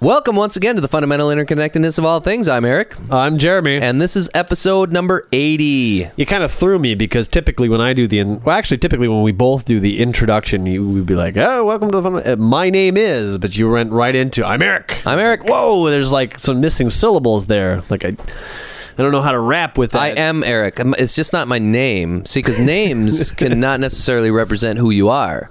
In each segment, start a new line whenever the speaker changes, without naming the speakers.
Welcome once again to the fundamental interconnectedness of all things. I'm Eric,
Uh, I'm Jeremy.
and this is episode number 80.
you kind of threw me because typically when I do the in- well, actually typically when we both do the introduction, you would be like, "Oh, welcome to the fun- uh, my name is," but you went right into "I'm Eric."
I'm Eric.
Whoa, there's like some missing syllables there. Like I, I don't know how to rap with that.
I am Eric. Um, It's just not my name. See, because names cannot necessarily represent who you are.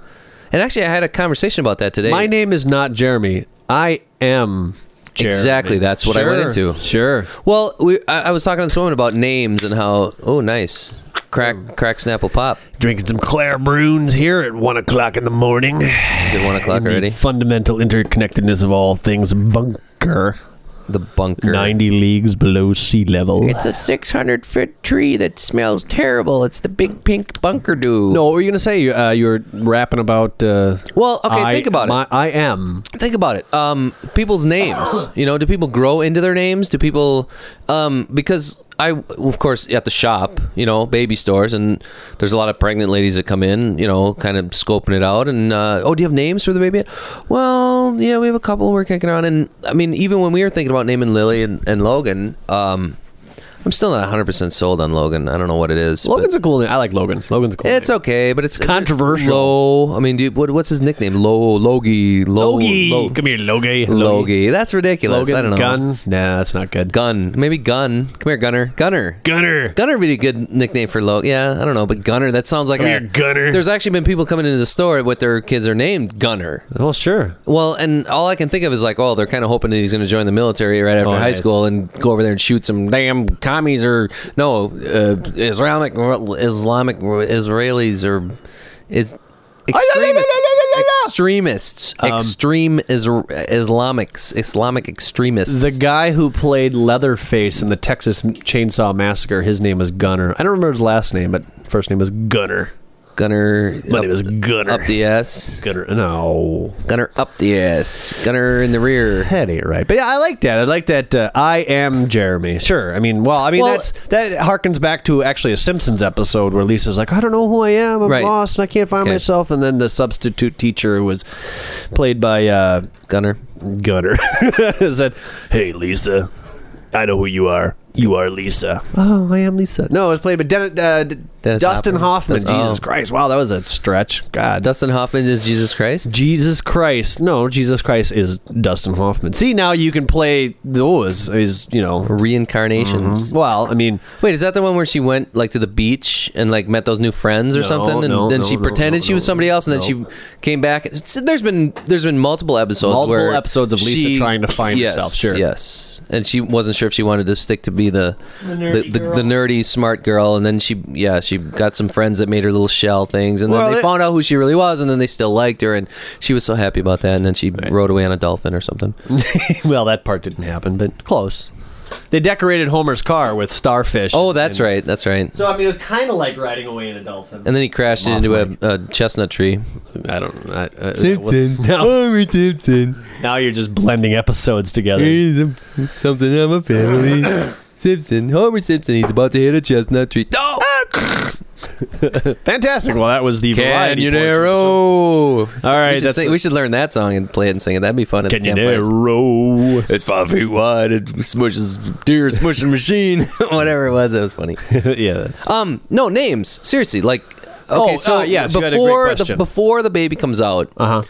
And actually, I had a conversation about that today.
My name is not Jeremy. I am. Jeremy.
Exactly, that's what I went
Sure,
into.
Sure.
well, we, I, I was talking to this woman about names and how, oh, nice.
Um,
Crack, crack, snapple, pop.
Drinking some Claire Bruins here at one o'clock in the morning.
Is it one o'clock
In the
already?
fundamental interconnectedness of all things bunker.
The bunker.
90 leagues below sea level.
It's a 600 foot tree that smells terrible. It's the big pink bunker dew.
no, what were you going to say? Uh, you were rapping about. Uh,
Well, okay, think about it.
my, I am.
think about it um people's names you know do people grow into their names do people um because i of course at the shop you know baby stores and there's a lot of pregnant ladies that come in you know kind of scoping it out and uh, oh do you have names for the baby yet? well yeah we have a couple we're kicking around and i mean even when we were thinking about naming lily and, and logan um i'm still not 100% sold on logan i don't know what it is but-
Logan's a cool name. I like Logan. Logan's a cool
it's
name.
okay, but it's uh,
Controversial.
Low. I mean, do you, what, what's his nickname? Low, Logie, Low,
Logie.
Lo-
Come here, Logie.
Logie. That's ridiculous.
Logan.
I don't know.
Gun. Nah, that's not good.
Gun. Maybe Gun. Come here, Gunner. Gunner.
Gunner.
Gunner would be a good nickname for Logan. Yeah, I don't know, but Gunner. That sounds like
Come
a
here, Gunner.
There's actually been people coming into the store with their kids are named Gunner.
Well, sure.
Well, and all I can think of is like, oh, they're kind of hoping that he's going to join the military right after
Oh,
high
nice.
school and go over there and shoot some damn commies or no uh, Islamic Islamic Israelis or is extremists extremists
Um,
extreme Isra- Islamics Islamic extremists.
The guy who played Leatherface in the Texas Chainsaw Massacre, his name was Gunner. I don't remember his last name, but first name was Gunner.
gunner
My
up,
name is Gunner.
up the ass,
Gunner. No.
gunner up the ass, gunner in the rear.
That ain't right. But yeah, I like that. I like that. Uh, I am Jeremy. Sure. I mean, well, I mean
Well-
that's that harkens back to actually a Simpsons episode where Lisa's like, I don't know who I am. I'm
Right.
lost and I can't find
Okay.
myself. And then the substitute teacher who was played by uh,
Gunner.
Gunner said, Hey, Lisa, I know who you are. You are Lisa. Oh, I am Lisa. No, it was played by Den- uh, D-
Dennis
Dustin
Hoffman.
Hoffman.
Dustin-
Jesus
oh.
Christ! Wow, that was a stretch. God.
Dustin Hoffman is Jesus Christ.
Jesus Christ. No, Jesus Christ is Dustin Hoffman. See, now you can play those is, you know,
Reincarnations.
well, I mean,
Wait, is that the one where she went like to the beach and like met those new friends or
No,
something, and
no,
then
no,
she
no,
pretended
no,
she was
no,
somebody else, and then she came back. It's- There's been there's been multiple episodes,
Multiple
where
episodes of Lisa
she-
trying to find
yes,
herself, sure.
yes, and she wasn't sure if she wanted to stick to be the the nerdy, the, the, nerdy smart girl, and then she yeah she got some friends that made her little shell things, and
Well,
then they
it-
found out who she really was, and then they still liked her, and she was so happy about that, and then she rode away on a dolphin or something.
well, that part didn't happen, but close. They decorated Homer's car with starfish.
Oh, that's right, that's right.
So, I mean, it was kind of like riding away in a dolphin.
And then he crashed
Moth
into a, a chestnut tree.
I don't I, I, Simpson. Now,
Homer Simpson.
now you're just blending episodes together.
He's a, something of a family. Simpson. Homer Simpson. He's about to hit a chestnut tree.
No.
Fantastic. Well, that was the
Can
variety
you
portion.
narrow? All
right,
we should,
that's
sing-
a-
we should learn that song and play it and sing it. That'd be fun. At
Can
the
you
campfires.
narrow?
It's five feet wide. It smushes deer, smushing machine, whatever it was. That was funny.
yeah. That's,
Um, no names. Seriously, like okay,
Oh,
so
uh, yes, you had a great
before the
question.
before the baby comes out,
uh-huh.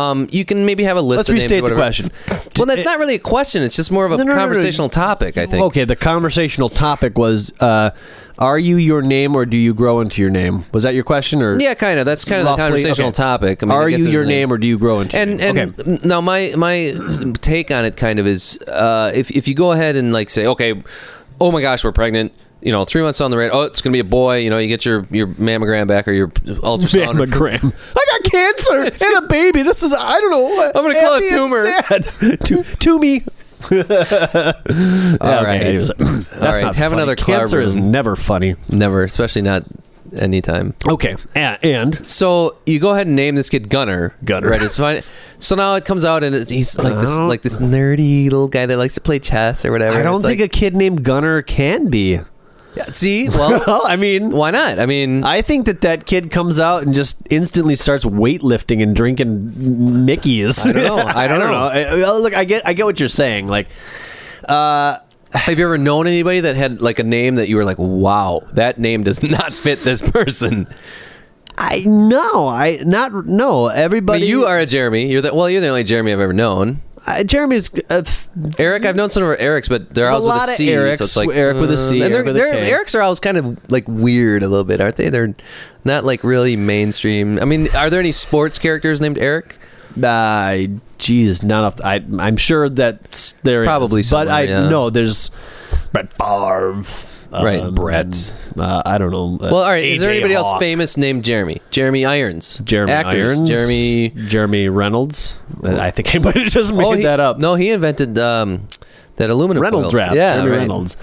um, you can maybe have a list.
Let's
of names or
restate the
whatever.
question.
Well, that's not really a question. It's just more of a
No, no, no, no, no.
conversational topic. I think.
Okay, the conversational topic was uh, Are you your name or do you grow into your name? Was that your question? or
Yeah, kind of. That's kind of the
Roughly,
conversational
okay.
topic. I mean, I
Are
guess
you
there's
your
a
name or do you grow into
and
your name?
and now my my take on it kind of is uh, if if you go ahead and like say okay, oh my gosh we're pregnant. You know, three months on the right. Oh, it's gonna be a boy. You know, you get your your mammogram back or your ultrasound.
Mamma Graham. I got cancer and a baby. This is, I don't know. I'm
gonna call it tumor.
to, to me. All right.
All right.
That's
right,
not
have
funny.
another
Cancer is
Clarabroom.
never funny.
Never, especially not anytime.
Okay. And, and
So you go ahead and name this kid Gunner.
Gunner.
Right. It's fine. So now it comes out and it's, he's like this
Oh.
like this nerdy little guy that likes to play chess or whatever.
I
and
don't
it's
think
like,
a kid named Gunner can be.
Yeah, see, well,
Well, I mean,
why not? I mean,
I think that that kid comes out and just instantly starts weightlifting and drinking Mickey's. I
don't know. I don't know.
I- well, look, I get, I get what you're saying. Like,
have you ever known anybody that had like a name that you were like, wow, that name does not fit this person?
I no, I not no.
But
Everybody,
you are a Jeremy. You're the well, you're the only Jeremy I've ever known.
uh, Jeremy's. Uh, f-
Eric, I've known some of Eric's, but they're
There's a
always
lot
with a
of
C.
Erics,
so it's like uh,
Eric with a C,
and they're,
Eric with a
they're-
K.
Eric's are always kind of like weird a little bit, aren't they? They're not like really mainstream. I mean, are there any sports characters named Eric?
uh, geez, not off. I, I'm sure that s- there is,
Probably
but
somewhere,
I
yeah.
no. There's Brett Favre, um,
Right, Brett.
Uh, I don't know.
Well, all right. Is there
AJ
anybody else
Hawk.
famous named Jeremy? Jeremy Irons.
Jeremy
Actors.
Irons,
Jeremy.
Jeremy Reynolds. I think I might have just made
Oh, he-
that up.
No, he invented um, that aluminum
Reynolds
foil.
rap.
Yeah,
Jeremy
right.
Reynolds.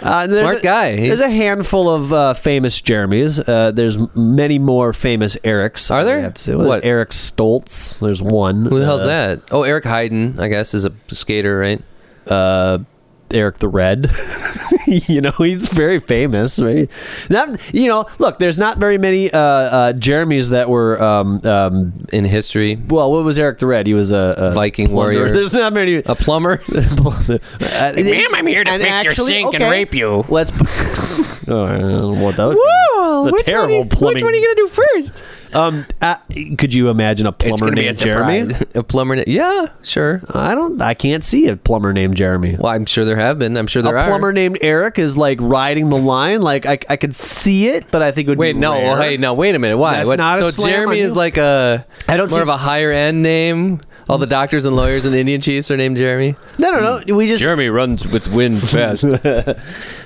Uh, there's
Smart
a,
guy.
There's a
He's-
handful of uh, famous Jeremys. Uh, there's m- many more famous Erics.
Are there?
I have to say. Well,
What?
Eric Stoltz. There's one.
Who the hell's that? Oh, Eric Hayden, I guess, is a skater, right?
Uh, Eric the Red. you know, he's very famous. Right? Not, you know, look, there's not very many uh, uh, Jeremys that were. Um, um,
In history,
well, what was Eric the Red? He was a, a
Viking
plunderer.
warrior.
There's not many.
a plumber.
Ma'am, I'm here to fix your sink and rape you. Let's. oh, I don't know what that was.
Whoa!
Oh,
It's a
which
terrible
one are you, Which one are
plumbing.
you gonna do first?
Um, uh, could you imagine a plumber named Jeremy?
a plumber. na- Yeah, sure.
I don't. I can't see a plumber named Jeremy.
Well, I'm sure there have been. I'm sure there
a
are.
plumber named Eric is like riding the line. Like I, I could see it, but I think it would
Wait,
be
no.
rare.
Well, hey, no. Wait a minute. Why?
That's
What-
not a
so
slam
Jeremy
on
is
you.
like a
I don't
more
see-
of a higher end name. All the doctors and lawyers and Indian chiefs are named Jeremy.
no, no, no. We just
Jeremy runs with wind fast.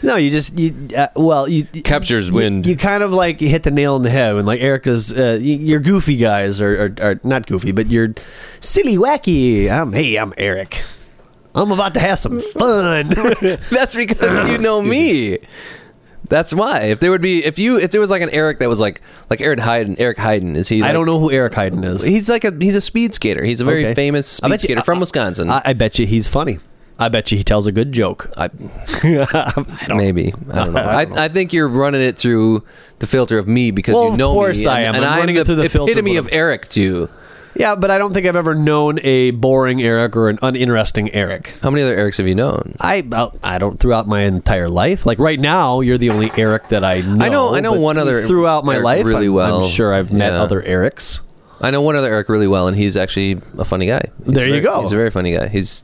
no. You just you. Uh, well, you
Captures
you-
wind.
You, kind of like hit the nail on the head when like Eric is. Uh, y- your goofy guys are, are are not goofy, but you're silly, wacky. I'm hey, I'm Eric. I'm about to have some fun.
That's because you know me. That's why. If there would be, if you, if there was like an Eric that was like, like Eric Hayden. Eric Hayden is he? Like,
I don't know who Eric Hyden is.
He's like a he's a speed skater. He's a very
Okay.
famous
I
speed
bet you-
skater from
I-
Wisconsin.
I, I bet you he's funny. I bet you he tells a good joke.
I,
I don't-
maybe I don't know. I,
I
I,
don't
think you're running it through the filter of me because
Well,
you
of
know
course
me,
I am.
and, and
I'm
I'm,
running
the
it through the filter
epitome
of-
of Eric too.
Yeah, but I don't think I've ever known a boring Eric or an uninteresting Eric.
How many other Erics have you known?
I well, I don't throughout my entire life. Like right now, you're the only Eric that I know.
I know- I know
but
one other
throughout my
Eric
life.
really
I'm,
well.
I'm sure I've met
Yeah.
other Erics.
I know one other Eric really well, and he's actually a funny guy. He's
There you
very-
go.
He's a very funny guy. He's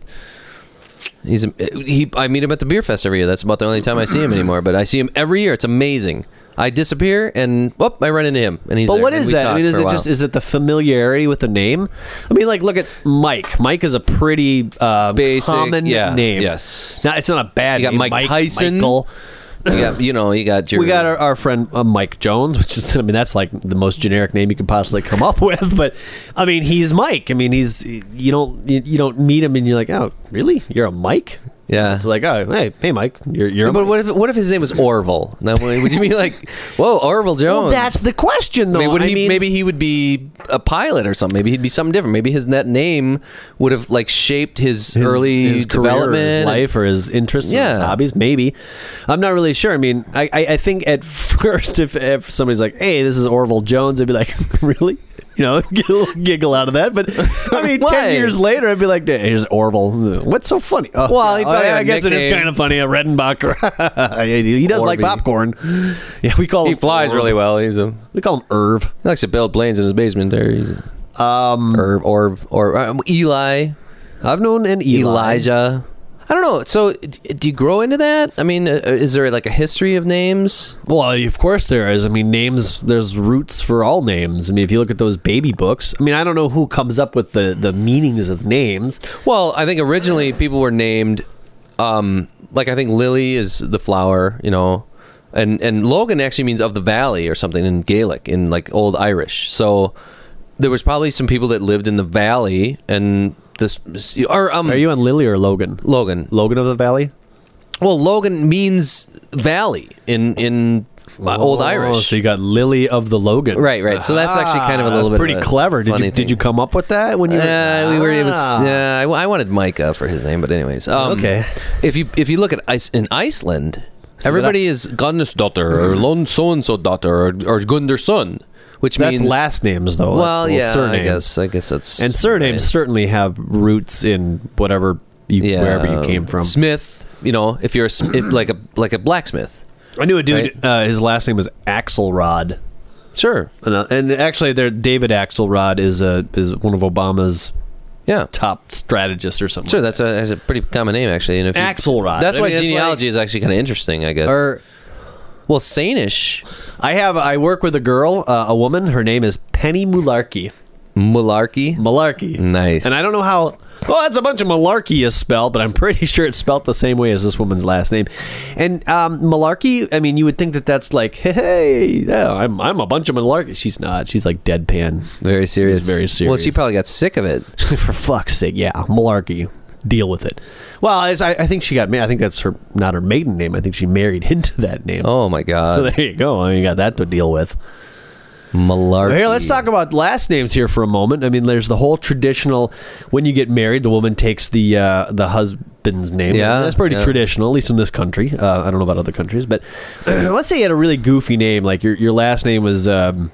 he's a, he. I meet him at the beer fest every year. That's about the only time I see him anymore. But I see him every year. It's amazing. I disappear and whoop, I run into him, and he's.
But
there,
what
and
is
we
that? I
talk
mean, is
for a
it
while.
just is it the familiarity with the name? I mean, like look at Mike. Mike is a pretty uh,
Basic,
common
yeah,
name.
yes.
not it's not a bad.
You got
name.
Mike Tyson.
Michael.
you, got, you know you got your
we got our, our friend uh, Mike Jones, which is I mean that's like the most generic name you could possibly come up with. But I mean he's Mike. I mean he's you don't you, you don't meet him and you're like oh really you're a Mike.
Yeah.
it's like oh hey hey Mike you're you're. a
But
Mike."
what if what if his name was Orville? Now, would you be like, whoa, Orville Jones?
well, that's the question though.
I mean, would
I
he,
mean,
maybe he would be a pilot or something. Maybe he'd be something different. Maybe his net name would have like shaped his,
his-
early
his career or
development.
his life, or his interests, or his
Yeah.
hobbies. Maybe I'm not really sure. I mean, I, I, I think at first, if, if somebody's like, "Hey, this is Orville Jones," I'd be like, "Really?" You know, get a little giggle out of that. But I mean,
Why?
ten years later, I'd be like, "Hey, "Here's Orville. What's so funny?" Oh,
Well, he
yeah,
probably
I,
had
I
a
guess it is
nickname.
kind of funny. A Redenbacher. he he does like
Orby.
popcorn. Yeah, we call
He
him
flies
Orv.
really well. He's a
We call him Irv.
he likes to build planes in his basement. There, he's a,
Um,
or or or um, Eli,
I've known an Eli.
Elijah. I don't know. So, d- do you grow into that? I mean, uh, is there like a history of names?
Well, of course there is. I mean, names. There's roots for all names. I mean, if you look at those baby books, I mean, I don't know who comes up with the the meanings of names.
Well, I think originally people were named, um, like I think Lily is the flower, you know, and and Logan actually means of the valley or something in Gaelic in like old Irish. So there was probably some people that lived in the valley and this or um
Are you on Lily or Logan?
Logan.
Logan of the Valley.
Well, Logan means valley in in uh, old
Oh,
Irish.
So you got Lily of the Logan.
Right, right. So that's actually kind of a
Ah,
little bit
that's pretty
of a
clever. Did
funny
you
thing.
did you come up with that when you?
Uh, we were. It was.
Ah.
Yeah, I, I wanted Micah for his name, but anyways. Um,
Okay.
If you if you look at ice in Iceland,
but
Everybody is Gunn's daughter
Mm-hmm.
or Lone so and so daughter or, or Gunder's son, which
That's
means
last names, though. That's
Well,
little
yeah, I
surnames.
guess I guess that's
And surnames
right.
certainly have roots in whatever you,
yeah,
wherever you came from.
Smith, you know, if you're a, sm- if, like a like a blacksmith,
I knew a dude. Uh, his last name was Axelrod,
sure,
and, uh, and actually, there David Axelrod is a is one of Obama's
yeah,
top strategists or something.
sure. That's a, that's a pretty common name actually. And if you-
Axelrod.
that's
I
why
mean, it's Er,
genealogy is actually kind of interesting, I guess.
like- or
well, Sanish
I have I work with a girl, uh, a woman. Her name is Penny Mularkey.
malarkey,
Malarkey.
nice,
And I don't know how. Well, that's a bunch of malarkey is spelled, but I'm pretty sure it's spelt the same way as this woman's last name. And um, malarkey, I mean, you would think that that's like, hey, hey yeah, I'm I'm a bunch of malarkey. She's not. She's like deadpan.
very serious,
He's very
Well,
serious.
she probably got sick of it.
For fuck's sake, yeah, malarkey. Deal with it. Well, it's, I, I think she got. ma- I think that's her, not her maiden name. I think she married into that name.
Oh my
So
God,
there you go. I mean, you got that to deal with.
malarkey.
Here, let's talk about last names here for a moment. I mean, there's the whole traditional when you get married, the woman takes the uh, the husband's name.
Yeah,
that's pretty
yeah.
traditional, at least in this country. Uh, I don't know about other countries, but let's say you had a really goofy name, like your your last name was um,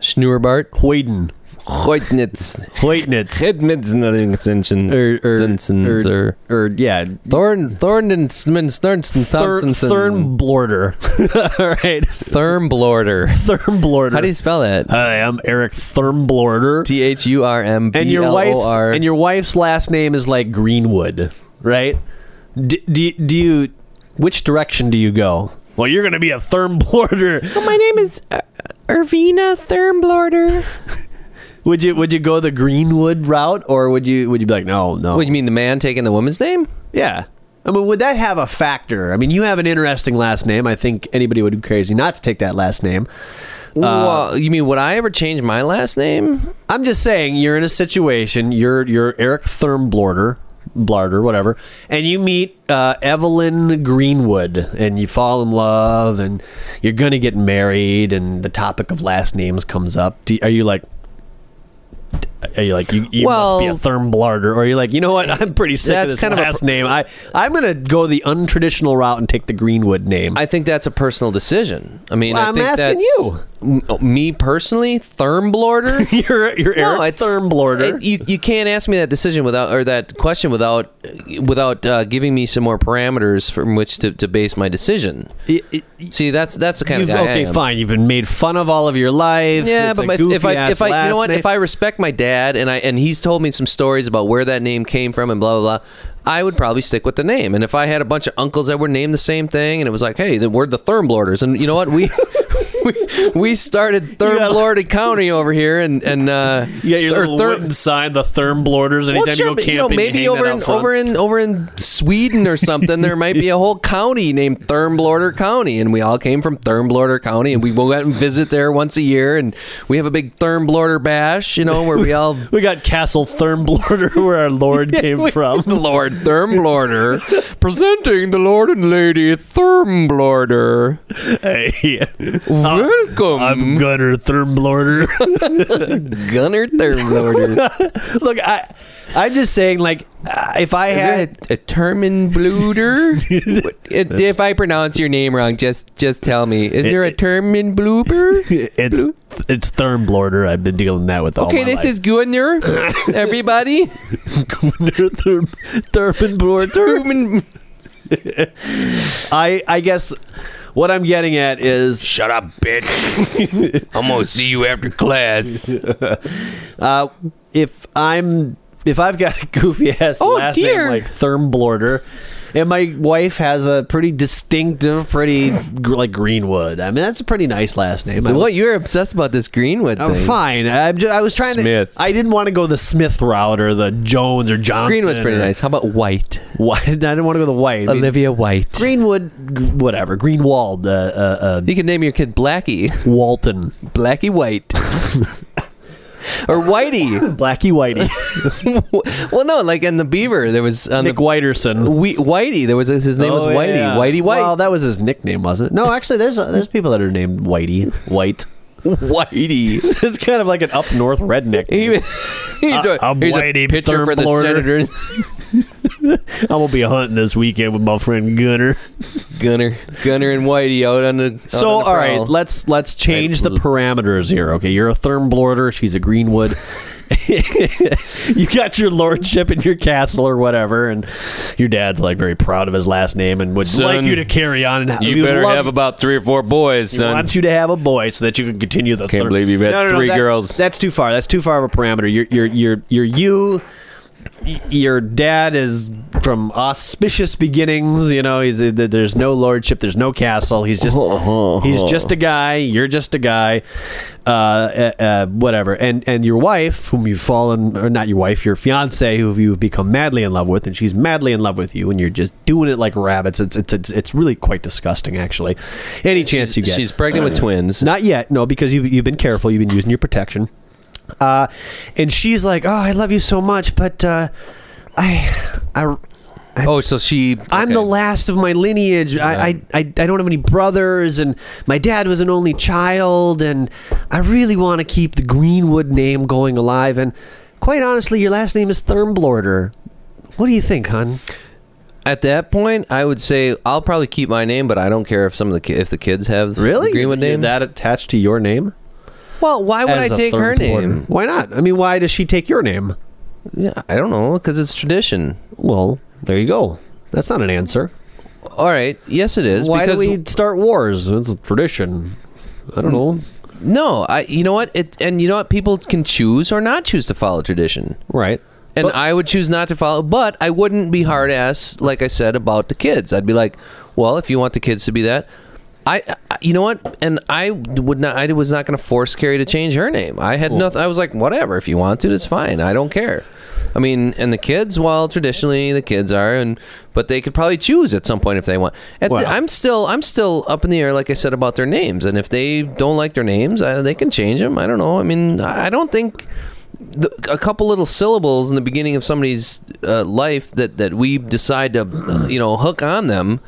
Schnuerbart.
Hoyden,
Hoytnitz.
Hoytnitz,
Hedmidsnitz.
or or, er.
Zinsons or-
or yeah,
Thorn Thornden Smith
Thir-
Thompson
Thurnblorder. All right,
Thurmblorder.
Thurnblorder.
How do you spell that?
Hi, I'm Eric Thurnblorder.
T H U R M
and
B
your
L O
wife's
R.
and your wife's last name is like Greenwood, right? D- do, do you which direction do you go? Well, you're going to be a Thurnblorder.
My name is Irvina Thurmblorder.
Would you would you go the Greenwood route or would you would you be like no, no.
What you mean the man taking the woman's name?
yeah. I mean, would that have a factor? I mean, you have an interesting last name. I think anybody would be crazy not to take that last name. Uh,
well, you mean would I ever change my last name?
I'm just saying you're in a situation. You're you're Eric Thurmblorder, Blarder, whatever, and you meet uh, Evelyn Greenwood, and you fall in love, and you're gonna get married, and the topic of last names comes up. Do, are you like? Are you like you? you
Well-
must be a Thurmblarder, or are you like you know what? I'm pretty sick
That's
of this
kind of a
last name. I I'm gonna go the untraditional route and take the Greenwood name.
I think that's a personal decision. I mean,
Well,
I
I'm
think
asking
that's
you.
M- oh, me personally, Thurmblorder.
you're you're Eric Thurmblorder.
it- you you can't ask me that decision without or that question without without uh, giving me some more parameters from which to, to base my decision.
It- it-
See, that's that's the kind
You've-
of guy I
okay,
am.
fine. You've been made fun of all of your life.
Yeah,
It's
but
a
my, if I
goofy-ass
if I you know
last
what if
name.
I respect my dad and I and he's told me some stories about where that name came from and blah blah blah, I would probably stick with the name. And if I had a bunch of uncles that were named the same thing and it was like, hey, then we're the Thurmblorders, and you know what we. We, we started Thurmblorda County over here, and and uh,
yeah, your
or
little
Thur-
wooden sign, the Thurmblorders. Anytime
well, sure,
you go
but,
camping,
you know, maybe
hang
over
that out
in
front.
over in over in Sweden or something, there might be a whole county named Thurmblorder County, and we all came from Thurmblorder County, and we go out and visit there once a year, and we have a big Thurmblorder bash, you know, where we all
We got Castle Thurmblorder, where our Lord came from.
Lord Thurmblorder presenting the Lord and Lady Thurmblorder.
Hey,
Welcome,
I'm Gunner Thurmblorder.
Gunner Thurmblorder.
Look, I, I'm just saying, like, uh, if I
Is
had,
there a, a Terminbluder? if if I pronounce your name wrong, just just tell me. Is there a Terminbluber?
it's it's Thurmblorder. I've been dealing that with all
Okay,
Oh, my
this
life.
is Gunner. Everybody,
Gunnar Thurm, Thurmblorder.
Thurman-
I I guess what I'm getting at is
Shut up, bitch. I'm gonna see you after class.
Uh, if I'm if I've got a goofy ass
Oh,
last
dear.
name like Thurmblorder, and my wife has a pretty distinctive, pretty gr- like Greenwood. I mean, that's a pretty nice last name. I
What you're obsessed about this Greenwood
I'm
thing?
fine. I'm just, I was trying
Smith.
to. I didn't want to go the Smith route or the Jones or Johnson.
Greenwood's pretty
or-
nice. How about White?
Why- I didn't want to go the white. I mean,
Olivia White.
Greenwood, g- whatever. Greenwald, uh, uh,
You can name your kid Blackie.
uh, Walton,
Blackie White. or Whitey.
Blackie Whitey,
well, no, like in the Beaver, there was on
Nick
the
Whiterson.
we, Whitey. There was his name was
Oh,
Whitey.
yeah.
Whitey White.
Well, that was his nickname, was it? No, actually, there's uh, there's people that are named Whitey White.
Whitey.
it's kind of like an up north redneck.
He, was- he's a,
I'm
he's a
Whitey
pitcher for the
Thurmblorder.
Senators.
I'm gonna be hunting this weekend with my friend Gunner.
Gunner, Gunner, and Whitey out on the. out
So
on the
all right,
prowl.
let's let's change the parameters here. Okay, you're a Thurmblorder. She's a Greenwood. you got your lordship and your castle or whatever, and your dad's like very proud of his last name and would
Son,
like you to carry on. And
you
we would
better
love-
have about three or four boys,
he
son.
wants you to have a boy so that you can continue the.
Can't believe you've had three
that-
girls.
That's too far. That's too far of a parameter. You're you're you're you're you. y- Your dad is from auspicious beginnings. You know, he's there's no lordship, there's no castle. He's just
Uh-huh,
he's just a guy. You're just a guy. Uh, uh, uh, whatever. And and your wife, whom you've fallen, or not your wife, your fiance, who you've become madly in love with, and she's madly in love with you, and you're just doing it like rabbits. It's it's it's, it's really quite disgusting, actually. Any chance
She's,
you get,
she's pregnant with twins.
not yet, no, because you've, you've been careful. You've been using your protection. Uh, and she's like, "Oh, I love you so much, but uh, I, I,
oh, so she.
I'm
okay.
the last of my lineage. I, I, I, I don't have any brothers, and my dad was an only child, and I really want to keep the Greenwood name going alive. And quite honestly, your last name is Thurmblorder. What do you think, hon?
At that point, I would say I'll probably keep my name, but I don't care if some of the ki- if the kids have the Greenwood name.
that attached to your name?
well, why would I
As a
take her name?
Why not? I mean, why does she take your name?
Yeah, I don't know because it's tradition.
Well, there you go. That's not an answer.
All right, yes, it is.
Why do
because
we start wars? It's a tradition. I don't know.
no, I you know what it and you know what people can choose or not choose to follow tradition.
Right.
And I would choose not to follow, but I wouldn't be hard ass, like I said about the kids. I'd be like, well, if you want the kids to be that, I, I you know what? And I would not. I was not going to force Carrie to change her name. I had nothing. I was like, whatever. If you want to, it's fine. I don't care. I mean, and the kids. Well, traditionally the kids are, and but they could probably choose at some point if they want. At the-
Well-
I'm still, I'm still up in the air, like I said about their names. And if they don't like their names, I, they can change them. I don't know. I mean, I I don't think the, a couple little syllables in the beginning of somebody's uh, life that, that we decide to, uh, you know, hook on them,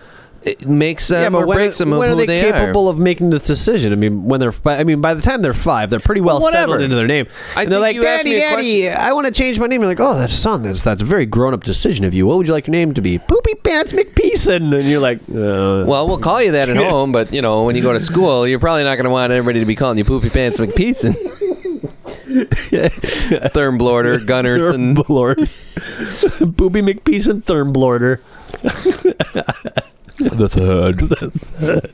it makes them or
when,
breaks them of
when
who
are they, capable of making this decision? I mean, when they're, I mean, by the time they're five, they're pretty well
Whatever.
settled into their name.
I
and they're
think
like,
you asked
"Daddy,
me a
Daddy, I want to change my name." You're like, "Oh, that's son. That's that's a very grown up decision of you. What would you like your name to be?" Poopy Pants McPeason. And you're like, uh,
Well, we'll call you that at home, but, you know, when you go to school, you're probably not going to want everybody to be calling you Poopy Pants McPeason. Thurmblorder, Gunnerson.
Thurmblord. Booby McPeason Thurmblorder.
The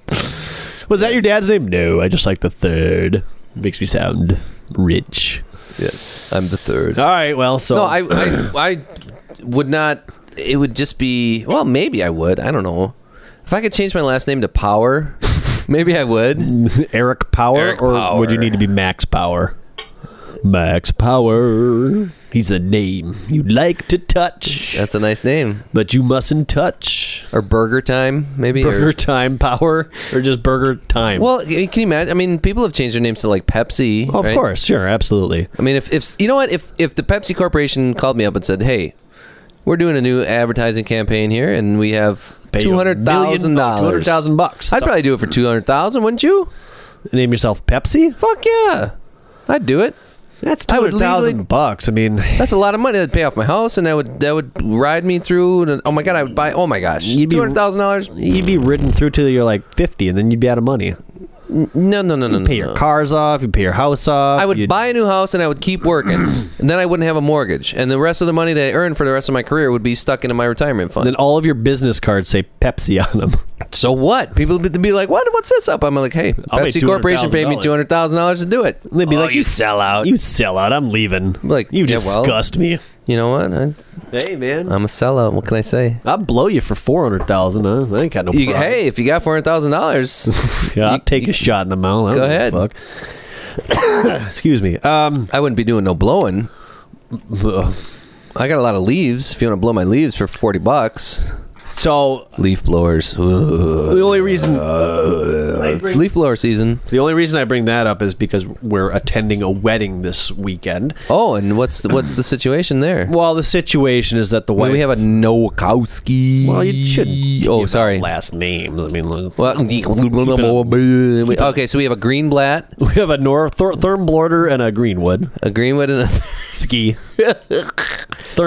third.
Was that your dad's name? No, I just like the third. Makes me sound rich.
Yes, I'm the third.
All right, well, so
No, I, I, I would not. It would just be. Well, maybe I would. I don't know. If I could change my last name to Power, maybe I would.
Eric Power,
Eric
or
Power.
would you need to be Max Power? Max Power. He's a name you'd like to touch,
That's a nice name.
but you mustn't touch.
Or Burger Time, maybe. or-
Burger Time Power, or just Burger Time?
well, can you imagine? I mean, people have changed their names to like Pepsi.
of
right?
course, sure, absolutely.
I mean, if, if you know what, if if the Pepsi Corporation called me up and said, "Hey, we're doing a new advertising campaign here, and we have
Pay you
two
a
hundred
million-
thousand
Two hundred
dollars, I'd
thousand bucks.
probably do it for two hundred thousand, wouldn't you?
name yourself Pepsi.
Fuck yeah, I'd do it.
That's two
I would
hundred thousand
legally-
bucks. I mean,
That's a lot of money. That'd pay off my house, and that would that would ride me through. And, oh my god, I would buy. Oh my gosh,
You'd be-
two hundred thousand dollars.
you'd be ridden through till you're like fifty, and then you'd be out of money.
No, no, no, no. no,
pay your
no.
cars off, you pay your house off.
I would
you'd-
buy a new house and I would keep working, and then I wouldn't have a mortgage, and the rest of the money that I earned for the rest of my career would be stuck into my retirement fund.
Then all of your business cards say Pepsi on them.
so what? People would be like, "What? What's this up?" I'm like, "Hey,
I'll pay
Pepsi Corporation paid me
$200,000.
two hundred thousand dollars to do it."
And they'd be like,
Oh, you sell out.
You sell out. I'm leaving.
Like,
you
yeah, well-
disgust me.
You know what? I,
Hey man,
I'm a sellout. What can I say?
I'll blow you for four hundred thousand. Huh? I ain't got no.
You,
problem.
hey, if you got four hundred thousand dollars,
Yeah, I'll
you-
take a shot in the mouth. I
Go
don't give a
ahead.
Fuck. Excuse me. Um,
I wouldn't be doing no blowing.
ugh.
I got a lot of leaves. If you want to blow my leaves for forty bucks,
so
leaf blowers.
the only reason
It's leaf blower season.
the only reason I bring that up is because we're attending a wedding this weekend.
Oh, and what's the, what's the situation there?
Well, the situation is that the
Well,
wife.
we have a Nowakowski.
well, you shouldn't.
Oh,
give out
sorry.
Last names. I mean, look,
Well, we- okay, so we have a Greenblatt,
we have a Nor Thur- Thurmblorder and a Greenwood
a Greenwood, and a
ski. Thurm-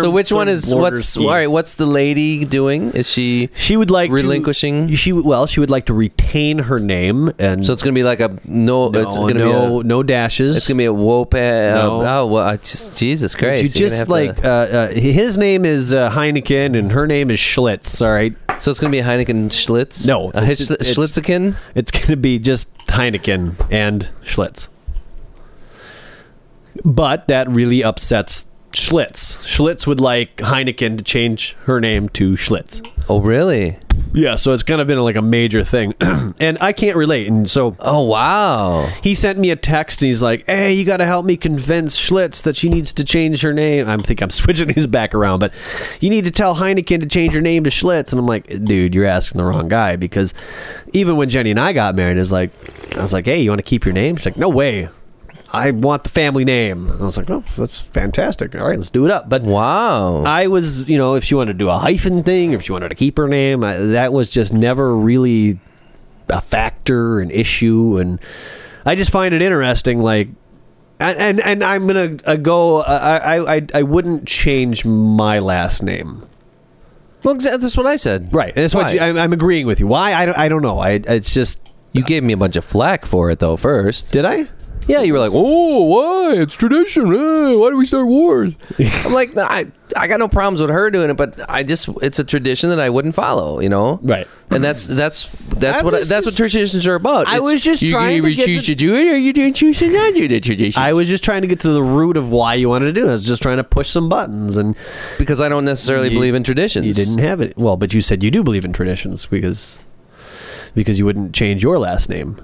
so which one
Thurm
is
Blorder
what's
scheme.
all right? What's the lady doing? Is she?
She would like to-
Relinquishing?
she would- well, she would like to retain her name and
So it's gonna be like a no.
no,
it's gonna
no,
be
no dashes.
a. It's gonna be a whoop. Uh,
No.
Oh well, I just, Jesus Christ!
you
you're gonna
just
have to-
like uh, uh, his name is uh, Heineken and her name is Schlitz. All right,
so it's gonna be a Heineken Schlitz.
No,
a
it's-
Hitch-
it's-
Schlitziken.
it's gonna be just Heineken and Schlitz. But that really upsets Schlitz. Schlitz would like Heineken to change her name to Schlitz.
Oh really?
Yeah, so it's kind of been like a major thing, and I can't relate. And so
Oh wow!
he sent me a text and he's like, "Hey, you got to help me convince Schlitz that she needs to change her name." I think I'm switching these back around, but you need to tell Heineken to change her name to Schlitz. And I'm like, "Dude, you're asking the wrong guy because even when Jenny and I got married, is like, I was like, "Hey, you want to keep your name?" She's like, "No way." I want the family name. And I was like, oh, that's fantastic. All right, let's do it up. But
Wow!
I was, you know, if she wanted to do a hyphen thing, if she wanted to keep her name, I, that was just never really a factor, an issue, and I just find it interesting. Like, and and, and I'm gonna uh, go. Uh, I I I wouldn't change my last name.
well, exa- that's what I said.
Right, and that's
Why?
what you, I'm, I'm agreeing with you. Why? I don't, I don't know. I it's just
You gave me a bunch of flack for it though. First,
did I.
yeah, you were like, "Oh, why? It's tradition. Eh, why do we start wars?" I'm like, "No, I I got no problems with her doing it, but I just it's a tradition that I wouldn't follow. You know,
Right.
And that's that's that's
I
what I,
was
that's what
just-
traditions are about.
I was just
you,
trying
you
to get
choose to
the-
do it, or you didn't choose to not do the tradition.
I was just trying to get to the root of why you wanted to do it. I was just trying to push some buttons, and
because I don't necessarily
You-
believe in traditions.
You didn't have it. Well, but you said you do believe in traditions because because you wouldn't change your last name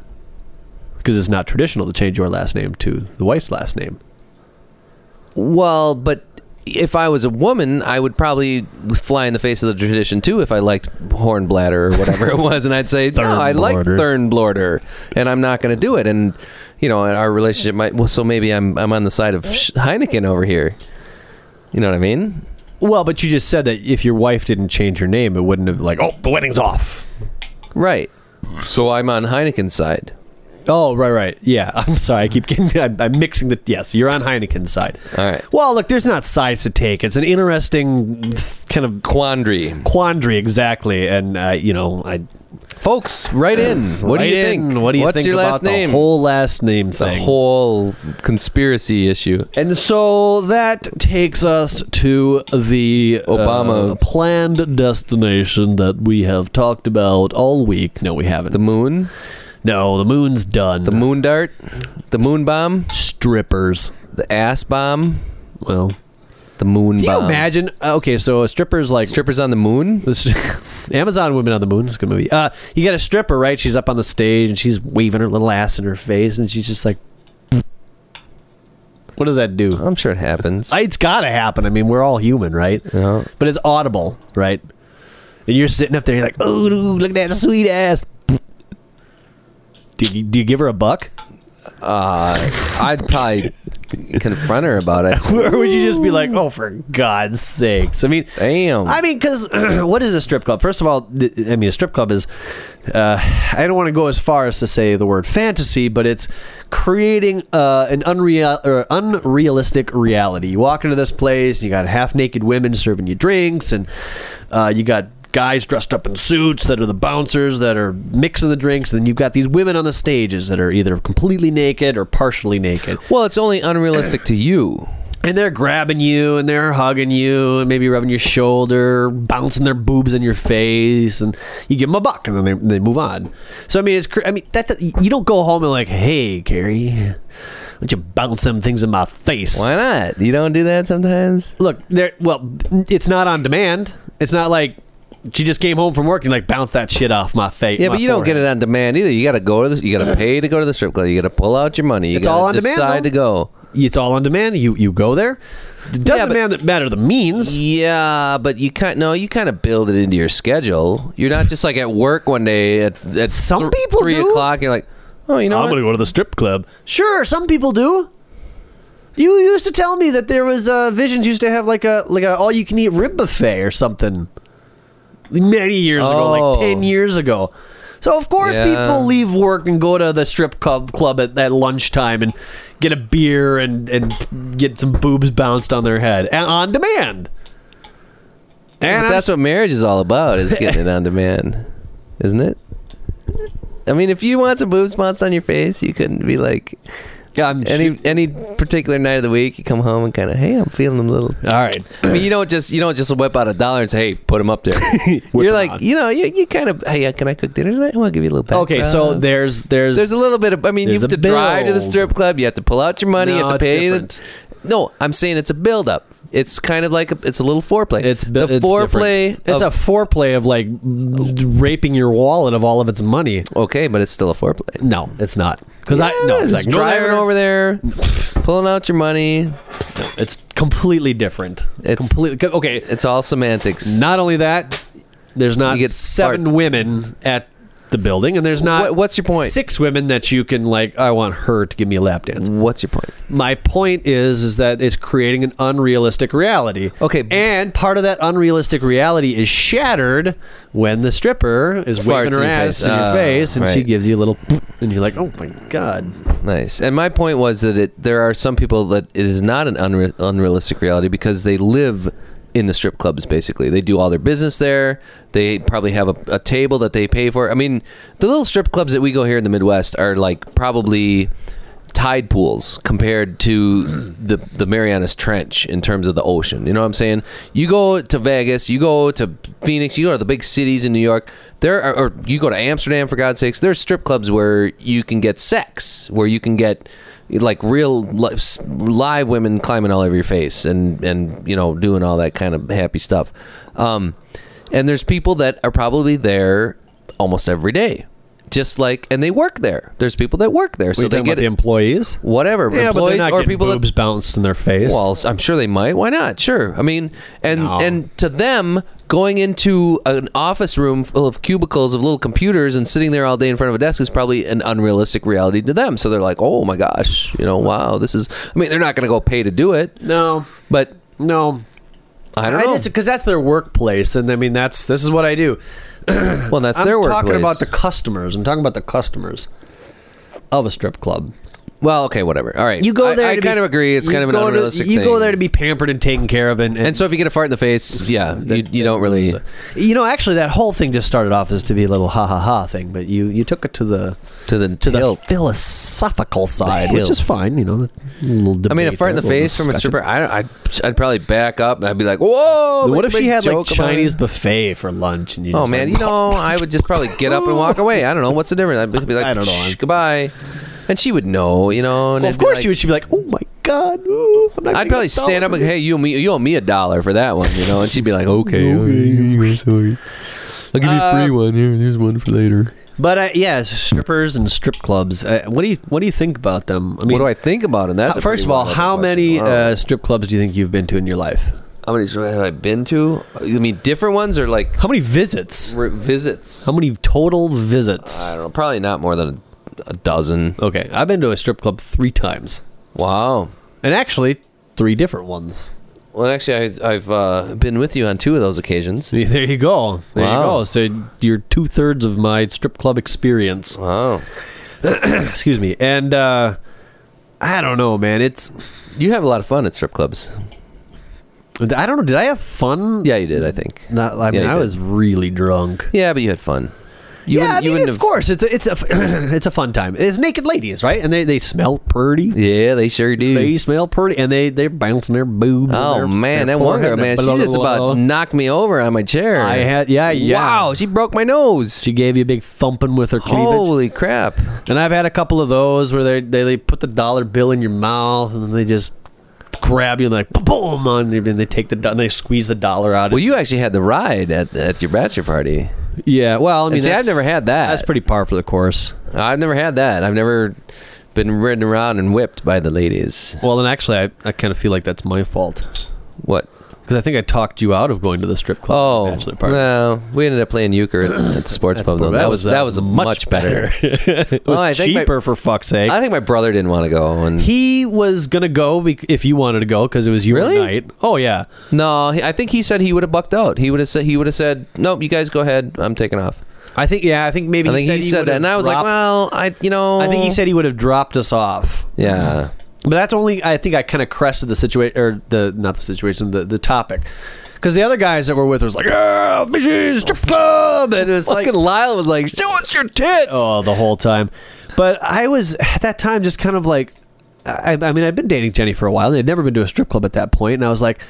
because it's not traditional to change your last name to the wife's last name.
Well, but if I was a woman, I would probably fly in the face of the tradition too if I liked Hornbladder or whatever it was, and I'd say, "No, I like
Thurnblader.
Thurnblader, and I'm not going to do it." And you know, our relationship might. Well, so maybe I'm I'm on the side of Sch- Heineken over here. You know what I mean?
Well, but you just said that if your wife didn't change her name, it wouldn't have like oh the wedding's off.
Right. So I'm on Heineken's side.
Oh right right yeah. I'm sorry. I keep getting I'm, I'm mixing the yes. You're on Heineken's side.
All right.
Well, look, there's not sides to take. It's an interesting th- kind of
Quandary,
quandary exactly, and uh, you know I.
folks, right in. What do
Write
you
in,
think?
What do you
What's
think
your
about
last name?
The whole last name
the
thing.
whole conspiracy issue.
And so that takes us to the uh,
Obama.
planned destination that we have talked about all week. No, we haven't.
The moon,
no, the moon's done.
the moon dart, the moon bomb.
strippers.
The ass bomb.
Well,
The moon
can you
bomb.
imagine? Uh, Okay, so a stripper's like
Strippers on the moon.
The stri- Amazon Women on the Moon is a good movie. Uh, you got a stripper, right? She's up on the stage and she's waving her little ass in her face, and she's just like, "What does that do?"
I'm sure it happens.
It's got to happen. I mean, we're all human, right?
Yeah.
but it's audible, right? And you're sitting up there, you're like, "Oh, dude, look at that sweet ass." Do you, do you give her a buck,
Uh, I'd probably confront her about it.
or would you just be like, "Oh, for God's sakes"? I mean,
Damn.
I mean, because what is a strip club? First of all, th- I mean, a strip club is. Uh, I don't want to go as far as to say the word fantasy, but it's creating uh, an unreal or unrealistic reality. You walk into this place, you got half naked women serving you drinks, and uh, you got guys dressed up in suits that are the bouncers that are mixing the drinks, and then you've got these women on the stages that are either completely naked or partially naked
well, it's only unrealistic to you.
and they're grabbing you and they're hugging you and maybe rubbing your shoulder bouncing their boobs in your face and you give them a buck and then they, they move on so i mean it's cr- i mean that you don't go home and like hey carrie why don't you bounce them things in my face
Why not? You don't do that sometimes.
look there well it's not on demand it's not like she just came home from work and like bounce that shit off my face
Yeah, but you don't get it on demand either. You got to go to the. You got to pay to go to the strip club. You got to pull out your money. You
It's
gotta
all on demand,
decide
though.
to go.
it's all on demand you you go there it doesn't
but-
matter- matter the means
Yeah, but you kind no, you kind of build it into your schedule. You're not just like at work one day at at
Some
thr-
people
three
do.
o'clock. You're like, oh, you know, what?
go to the strip club. Sure, some people do. You used to tell me that there was uh, visions used to have like a like a all you can eat rib buffet or something. Many years ago,
Oh.
like ten years ago. So of course
Yeah.
people leave work and go to the strip club club at, at lunchtime and get a beer and and get some boobs bounced on their head and on demand. And
But
I'm
that's what marriage is all about is getting it on demand isn't it i mean if you want some boob spots on your face you couldn't be like
I'm
any
shoot-
any particular night of the week you come home and kind of hey i'm feeling a little
all right.
I mean, you don't just you don't just whip out a dollar and say hey put them up there you're
them
like
on.
you know you, you kind of hey uh, can i cook dinner tonight well, i'll give you a little
Okay, so
background."
there's there's
Uh, there's a little bit of i mean you
There's
have
a
to drive to the
build.
strip club you have to pull out your money you
No,
have to
it's
pay the,
different.
no i'm saying it's a build up it's kind of like a, it's a little foreplay
It's
the foreplay
It's, it's
of-
a foreplay of like raping your wallet of all of its money.
Okay, but it's still a foreplay.
No, it's not. Because I no,
Yeah,
it's
just
like no,
driving
there.
over there, pulling out your money.
It's completely different.
It's-
completely okay.
It's all semantics.
Not only that, there's not
You get
seven
parts.
women at the building, and there's not
What- what's your point?
Six women that you can like. I want her to give me a lap dance.
What's your point?
My point is, is that it's creating an unrealistic reality.
Okay.
and part of that unrealistic reality is shattered when the stripper is
Farts
waving her
in your
ass
face.
in your
Ah,
face, and she
right.
gives you a little, and you're like, oh my god.
Nice. And my point was that it, there are some people that it is not an unre- unrealistic reality because they live in the strip clubs. Basically, they do all their business there. They probably have a, a table that they pay for. I mean, the little strip clubs that we go here in the Midwest are like probably tide pools compared to the the Marianas Trench in terms of the ocean. You know what I'm saying? You go to Vegas, you go to Phoenix, you go to the big cities in New York. There are, or you go to Amsterdam for God's sakes. There's strip clubs where you can get sex, where you can get like real li- s- live women climbing all over your face and and you know doing all that kind of happy stuff. Um, and there's people that are probably there almost every day. Just like, and they work there. There's people that work there, so
You're
they
talking
get
about the employees.
whatever
Yeah, but they're
employees
not
or
getting
people
boobs
that
bounced in their face.
well i'm sure they might why not sure i mean and
No.
and to them going into an office room full of cubicles of little computers and sitting there all day in front of a desk is probably an unrealistic reality to them so they're like oh my gosh you know wow this is i mean they're not going to go pay to do it
no,
but
no.
i don't know
because that's their workplace, and I mean that's this is what I do.
well that's
I'm
their work
talking about the customers. I'm talking about the customers of a strip club.
well okay whatever all right
You go
I-
there.
i,
to
kind
be-
of agree it's
you
kind of an
go to-
unrealistic
You go
thing.
there to be pampered and taken care of, and, and,
and so if you get a fart in the face yeah you, you don't really
you know actually that whole thing just started off as to be a little ha ha ha thing, but you you took it to the
to the
to the
hilt.
philosophical side, which is
hilt.
fine. You know, a little
I mean, a
debate
fart in the
there, little
face from a
discussion.
stripper. Oh, I, don't- I'd, I'd probably back up. and I'd be like, "Whoa!"
What
make
if
a
she
big
had like
joke about it.
Chinese buffet for lunch? And you
Oh
just,
man,
like,
you know, I would just probably get up and walk away. I don't know what's the difference. I'd be- be like,
I don't know.
"Shh, goodbye," and she would know, you know. And
Well,
it'd
of
be
course
like-
she would. She'd be like, "Oh my god, ooh, I'm not
I'd
gonna
probably
get a
stand up
dollar."
and hey, you owe me, you owe me a dollar for that one, you know. And she'd be like, "Okay."
Okay, uh, sorry. I'll give you a free one. Here, here's one for later.
But uh, yeah, strippers and strip clubs. Uh, what do you What do you think about them? I mean,
What do I think about it? That's
how-
a pretty
first of all,
well-known
how
question.
many
Wow.
uh, strip clubs do you think you've been to in your life?
how many have I been to? You mean different ones or like
How many visits?
re- visits?
How many total visits?
I don't know. Probably not more than a, a dozen.
Okay, I've been to a strip club three times,
Wow.
and actually three different ones.
Well, actually, I, I've uh, been with you on two of those occasions.
See, There you go. There you
Wow.
go. So you're two thirds of my strip club experience.
Wow,
Excuse me. And uh, I don't know, man. It's
you have a lot of fun at strip clubs.
I don't know. Did I have fun?
Yeah, you did. I think.
Not, I mean,
you
I
did.
was really drunk.
Yeah, but you had fun. You
yeah,
wouldn't-
I
you
mean,
wouldn't
of course, it's a, it's a it's a fun time. It's naked ladies, right? And they, they smell pretty.
Yeah, they sure do.
They smell pretty, and they they're bouncing their boobs. and
oh
their-
man,
their
that one girl, man,
forehead, blah, blah,
she just
blah, blah,
about
blah.
knocked me over on my chair.
I had yeah yeah.
Wow, she broke my nose.
She gave you a big thumping with her cleavage.
Holy crap!
And I've had a couple of those where they they, they put the dollar bill in your mouth, and then they just grab you and like boom on you, and they take the do- and they squeeze the dollar out.
Well, you actually had the ride at at your bachelor party.
yeah, well, I mean,
And see,
that's-
I've never had that.
That's pretty par for the course.
I've never had that. I've never been ridden around and whipped by the ladies.
Well, then actually, I, I kind of feel like that's my fault.
What?
Because I think I talked you out of going to the strip club
Oh,
and bachelor party.
no, we ended up playing euchre at, at the sports pub. though. That, was that was much, better.
it was
Well, I think my-
cheaper for fuck's sake.
I think my brother didn't want to go, and
he was gonna go bec- if you wanted to go because it was your
Really?
night. Oh yeah,
No, he- I think he said he would have bucked out. He would have said he would have said, "Nope, you guys go ahead. I'm taking off."
I think yeah, I think maybe
I think he, said
would
that,
have
and I was like,
dropped-
well, I you know,
I think he said he would have dropped us off.
yeah.
But that's only I think I kind of crested the situation or the not the situation the the topic because the other guys that were with was like ah fishies strip club and it's like
Fucking Lyle was like, show us your tits.
oh the whole time. But I was at that time just kind of like I, I mean I'd been dating Jenny for a while and I'd never been to a strip club at that point and I was like.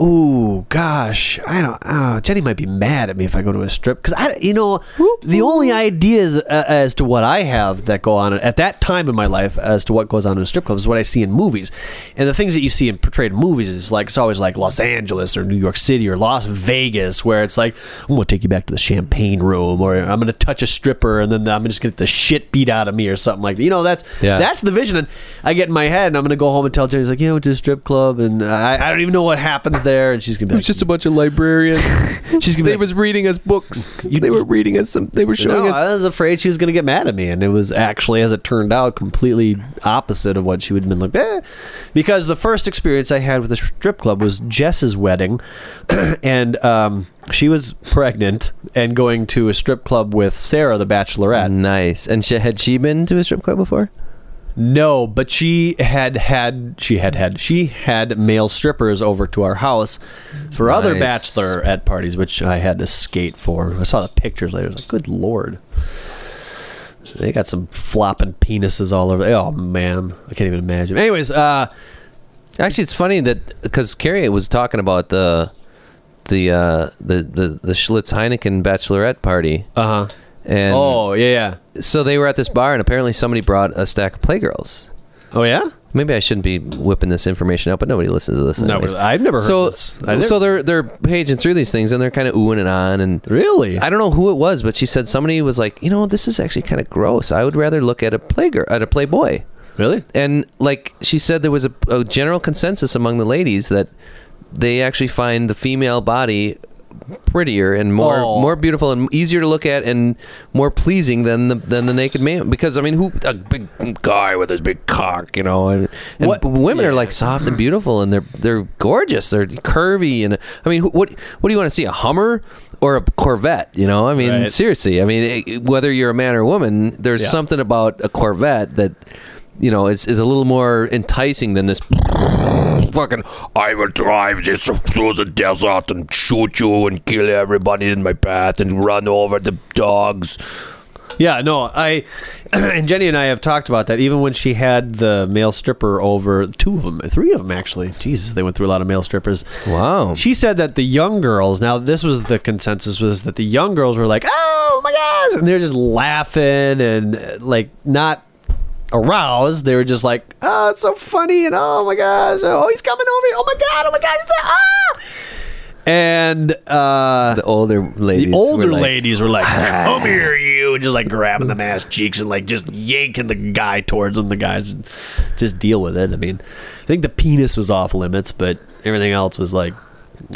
Ooh, gosh, I don't. Oh, Jenny might be mad at me if I go to a strip because I, you know, the only ideas uh, as to what I have that go on at that time in my life as to what goes on in a strip club is what I see in movies, and the things that you see in portrayed in movies is like it's always like Los Angeles or New York City or Las Vegas where it's like I'm gonna take you back to the champagne room or I'm gonna touch a stripper and then I'm just gonna get the shit beat out of me or something like that. You know, that's
Yeah.
that's that's the vision. And I get in my head, and I'm gonna go home and tell Jenny's like, yeah, I went to a strip club, and I, I don't even know what happens there. And she's gonna be like,
just a bunch of librarians.
she's gonna be
they
like,
was reading us books.
You-
they were reading us some. They were showing
no,
us.
I was afraid she was gonna get mad at me, and it was actually, as it turned out, completely opposite of what she would have been like. Eh. Because the first experience I had with a strip club was Jess's wedding, and um, she was pregnant and going to a strip club with Sarah, the Bachelorette.
Nice. And she, had she been to a strip club before?
No, but she had had she had had she had male strippers over to our house for other
Nice.
bachelorette parties, which I had to skate for. I saw the pictures later. I was like, "Good lord, they got some flopping penises all over." Oh man, I can't even imagine. Anyways, uh,
Actually, it's funny that because Carrie was talking about the the uh, the the the Schlitz Heineken bachelorette party,
uh huh.
and
Oh yeah, yeah.
so they were at this bar, and apparently somebody brought a stack of Playgirls.
Oh yeah.
Maybe I shouldn't be whipping this information out, but nobody listens to this.
No,
anyways.
I've never heard
so
this. I never-
so they're they're paging through these things, and they're kind of oohing and on, and
Really?
I don't know who it was, but she said somebody was like, you know, this is actually kind of gross. I would rather look at a playgirl at a Playboy.
really?
And like she said, there was a, a general consensus among the ladies that they actually find the female body prettier and more
Oh.
more beautiful and easier to look at and more pleasing than the than the naked man. Because I mean, who a big guy with his big cock, you know? And, and
What-
women are
yeah.
like soft and beautiful, and they're they're gorgeous. They're curvy, and I mean, who, what what do you want to see? A Hummer or a Corvette? You know? I mean,
Right.
seriously. I mean, it, whether you're a man or a woman, there's
Yeah.
something about a Corvette that you know is is a little more enticing than this fucking.
I will drive this through the desert and shoot you and kill everybody in my path and run over the dogs.
Yeah, no, I and Jenny and I have talked about that. Even when she had the male stripper over, two of them, three of them actually. Jesus, they went through a lot of male strippers.
Wow.
She said that the young girls. Now, this was the consensus was that the young girls were like, "Oh my gosh!" and they're just laughing and uh, like not aroused. They were just like, "Oh, it's so funny!" and "Oh my gosh! Oh, he's coming over! here. Oh my god! Oh my god! He's ah!" And uh,
The older ladies.
the
were
older
like- "Ah."
ladies were like, "Come here, you!" and just like grabbing the ass cheeks and like just yanking the guy towards them. The guys just deal with it. I mean, I think the penis was off limits, but everything else was like,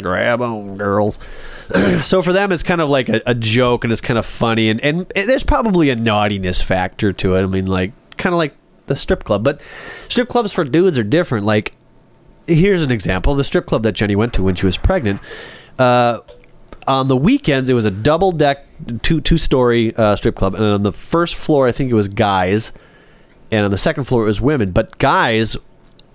"Grab on, girls." so for them, it's kind of like a, a joke, and it's kind of funny, and, and and there's probably a naughtiness factor to it. I mean, like kind of like the strip club, but strip clubs for dudes are different. Like here's an example the strip club that jenny went to when she was pregnant uh, on the weekends it was a double deck two two story uh, strip club and on the first floor i think it was guys and on the second floor it was women but guys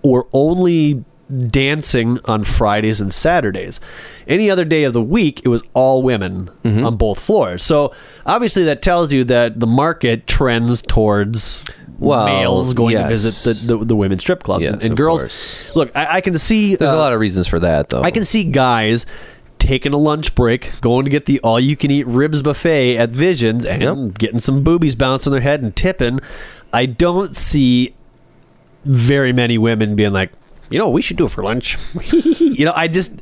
were only dancing on fridays and saturdays any other day of the week it was all women
Mm-hmm.
on both floors so obviously that tells you that the market trends towards
Well,
males going
yes.
to visit the, the, the women's strip clubs
Yes,
and, and
of
girls
course.
look I, I can see
There's
uh,
a lot of reasons for that, though.
I can see guys taking a lunch break, going to get the all you can eat ribs buffet at Visions and
Yep.
getting some boobies bouncing their head and tipping. I don't see very many women being like, you know, what we should do for lunch. you know, I just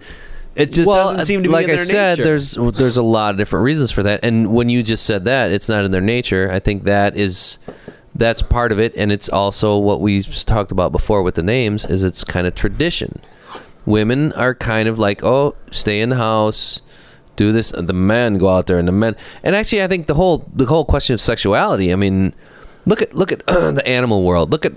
it just doesn't seem to be
like
in
I
their
said,
nature.
there's there's a lot of different reasons for that, and when you just said that, it's not in their nature. I think that is that's part of it, and it's also what we talked about before with the names is it's kind of tradition. Women are kind of like, oh, stay in the house, do this. The men go out there, and the men, and actually, I think the whole the whole question of sexuality. I mean, look at look at the animal world. Look at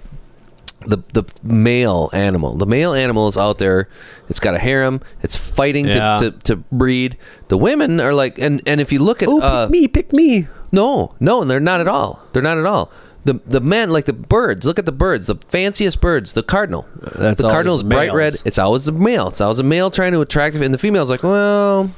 the the male animal. The male animal is out there. It's got a harem. It's fighting
Yeah.
to, to, to breed. The women are like, and and if you look at
Oh, pick
uh,
me, pick me.
no, no, and they're not at all. They're not at all. The the men like the birds. Look at the birds. The fanciest birds. The cardinal.
That's
the
always
cardinal's
the
bright red.
males.
It's always the male. It's always a male trying to attract, and the female's like, well,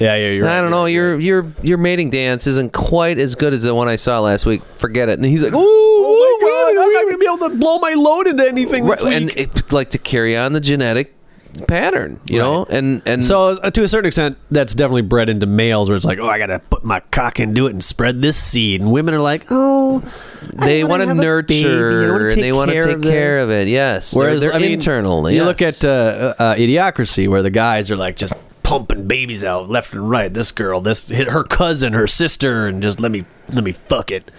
Yeah, yeah, you're.
I don't know. Your your your mating dance isn't quite as good as the one I saw last week. Forget it. And he's like,
Oh my
oh,
god, I'm not gonna be able to blow my load into anything this
and
week.
it, like to carry on the genetic pattern, you know, and and
so uh, to a certain extent, that's definitely bred into males, where it's like, oh, I gotta put my cock into it and spread this seed, and women are like, oh, I
they
wanna
want to
have a baby. I wanna
nurture and
take
they want to
care
take
of
care
this.
of it. Yes,
Whereas
they're, they're
I mean,
internal.
You
yes.
look at uh, uh, Idiocracy, where the guys are like just pumping babies out left and right. This girl, this hit her cousin, her sister, and just let me let me fuck it.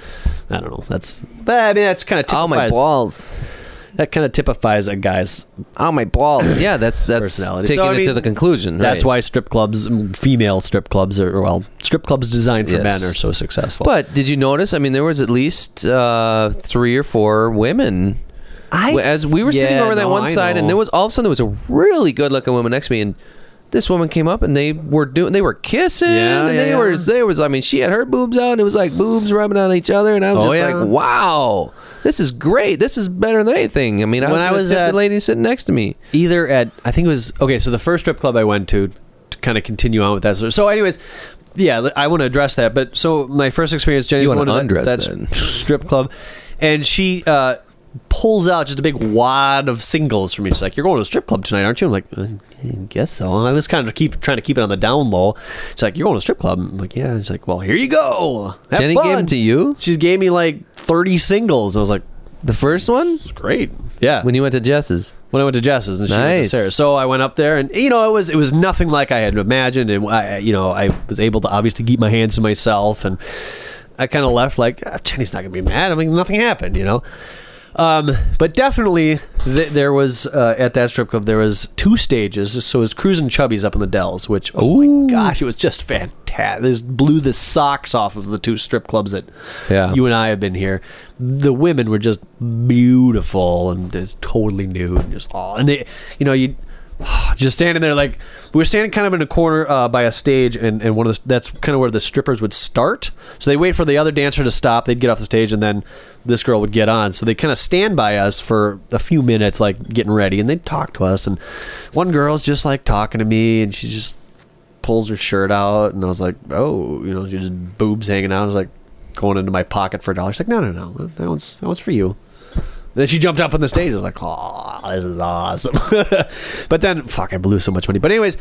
I don't know. That's but I mean that's kind of
oh my
typifies
balls.
that kind of typifies a guy's.
Oh my balls. Yeah, that's that's
Personality.
taking
So, I
it to
mean,
the conclusion.
That's
right.
why strip clubs, mm, female strip clubs, are well strip clubs designed for
Yes.
men are so successful.
But did you notice? I mean, there was at least uh, three or four women.
I-
as we were sitting
Yeah,
over that
no,
one
I
side, and
know.
there was all of a sudden there was a really good looking woman next to me, and this woman came up, and they were doing, they were kissing,
Yeah,
and
yeah,
they
yeah.
were, they was, I mean, she had her boobs out, and it was like boobs rubbing on each other, and I was
Oh,
just
yeah.
like, wow, this is great, this is better than anything. I mean, I
When
was,
I
gonna
was
tip
at-
the lady sitting next to me.
either at I think it was okay. So the first strip club I went to to kind of continue on with that. So, so anyways, yeah, li- I want to address that. But so my first experience, Jenny,
You
went
wanna
to that,
undress
that
then.
s- strip club, and she uh, pulls out just a big wad of singles for me. She's like, "You're going to a strip club tonight, aren't you?" I'm like, "I guess so." I was kind of keep trying to keep it on the down low. She's like, "You're going to a strip club?" I'm like, "Yeah." She's like, "Well, here you go." Have
Jenny gave
fun."
'em to you?
She gave me like 30 singles. I was like,
The first one
"Great." Yeah
when you went to Jess's.
when I went to Jess's and she went to
Nice.
Sarah's. So I went up there, and you know, it was it was nothing like I had imagined, and I, you know, I was able to obviously keep my hands to myself, and I kind of left like "Ah, Jenny's not gonna be mad. I mean, nothing happened, you know. Um, but definitely, th- there was uh, at that strip club there was two stages. So it was Cruising Chubby's up in the Dells, which oh my gosh, it was just fantastic. This blew the socks off of the two strip clubs that
Yeah.
you and I have been here. The women were just beautiful and just totally nude and just all. And they, you know, you just standing there like we were standing kind of in a corner uh, by a stage, and, and one of the, that's kind of where the strippers would start. So they wait for the other dancer to stop. They'd get off the stage, and then this girl would get on. So they kind of stand by us for a few minutes, like getting ready, and they'd talk to us. And one girl's just like talking to me, and she just pulls her shirt out, and I was like, oh, you know, she just boobs hanging out. I was like, going into my pocket for a dollar. She's like, no, no, no, that one's that one's for you. Then she jumped up on the stage. I was like, oh, this is awesome. but then, fuck, I blew so much money. But anyways,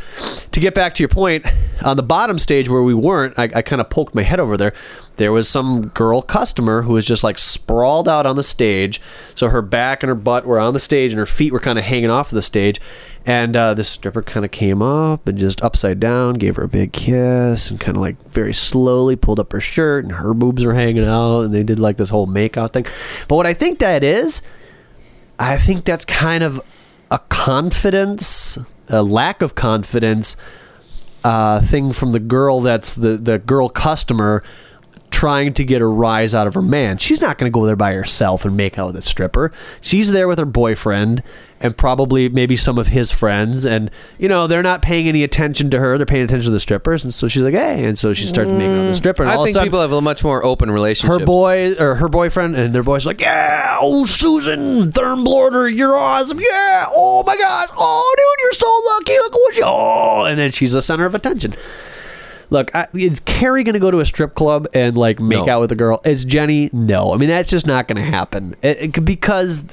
to get back to your point, on the bottom stage where we weren't, I, I kind of poked my head over there. There was some girl customer who was just like sprawled out on the stage. So her back and her butt were on the stage and her feet were kind of hanging off of the stage. And uh, this stripper kind of came up and just upside down, gave her a big kiss and kind of like very slowly pulled up her shirt and her boobs were hanging out. And they did like this whole makeout thing. But what I think that is, I think that's kind of a confidence, a lack of confidence uh, thing from the girl that's the, the girl customer trying to get a rise out of her man. She's not going to go there by herself and make out with a stripper. She's there with her boyfriend and probably maybe some of his friends. And, you know, they're not paying any attention to her. They're paying attention to the strippers. And so she's like, hey. And so she starts making out with the stripper. And all
Mm. I
of a
think
sudden-
people have a much more open relationship.
her boy or her boyfriend and their boy's like, yeah, oh Susan Thurnblorder, you're awesome, yeah, oh my gosh, oh dude, you're so lucky, look what you, oh, and then she's the center of attention. Look, I, is Carrie going to go to a strip club and like make
No.
out with a girl? Is Jenny? No, I mean that's just not going to happen It- it- because